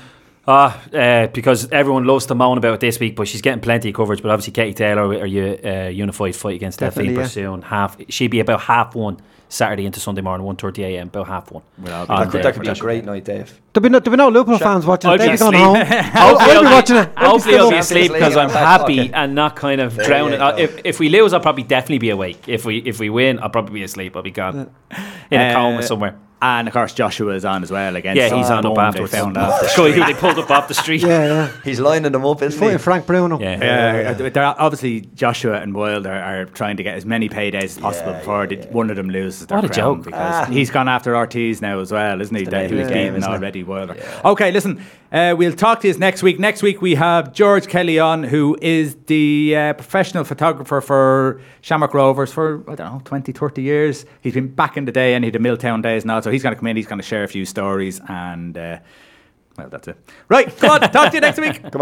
C: Ah, uh, because everyone loves to moan about it this week, but she's getting plenty of coverage. But obviously, Katie Taylor, with her u- uh, unified fight against
B: Definitely,
C: Definitely,
B: yeah.
C: soon. Half, she'd be about half one Saturday into Sunday morning, 1.30 a.m. About half one.
D: That,
C: On,
D: could,
C: uh,
D: that could be a great night, Dave.
B: There'll be no, there'll be no Liverpool fans watching.
C: I'll
B: it.
C: be
B: They'll be going
C: asleep.
B: home. I'll,
C: Hopefully
B: I'll be
C: I'll-
B: watching it. They'll be
C: Hopefully, I'll be
D: Champions
C: asleep
D: League
C: because
D: on
C: I'm
D: back
C: happy
D: pocket.
C: and not kind of
D: There you
C: drowning.
D: go.
C: Uh, If, if we lose, I'll probably definitely be awake. If we if we win, I'll probably be asleep. I'll be gone in a coma
A: Uh,
C: somewhere.
A: And of course, Joshua is on as well against.
C: Yeah, he's on up
A: Bournemouth,
C: afterwards.
A: they found out.
C: Guy who they pulled up off the street.
B: Yeah, yeah.
D: He's lining them up, isn't
B: Putting
D: he?
B: Frank Bruno.
C: Yeah.
A: Yeah, They're obviously Joshua and Wilde are, are trying to get as many paydays as possible
D: Yeah, Ah.
A: before they- one of them loses their
C: What a
A: crown
C: joke.
A: because he's gone after Ortiz now as well, isn't he?
D: the
A: That
D: name
A: he
D: of
A: was
D: the game,
A: beaten
D: isn't it?
A: already, Wilder. Okay, listen, uh, we'll talk to you next week. Next week we have George Kelly on, who is the uh, professional photographer for Shamrock Rovers for I don't know 20, 30 years. He's been back in the day and he had the Milltown days now, so he's going to come in. He's going to share a few stories and. Uh, well, that's it. Right, come on, talk to you next week.
D: Come on.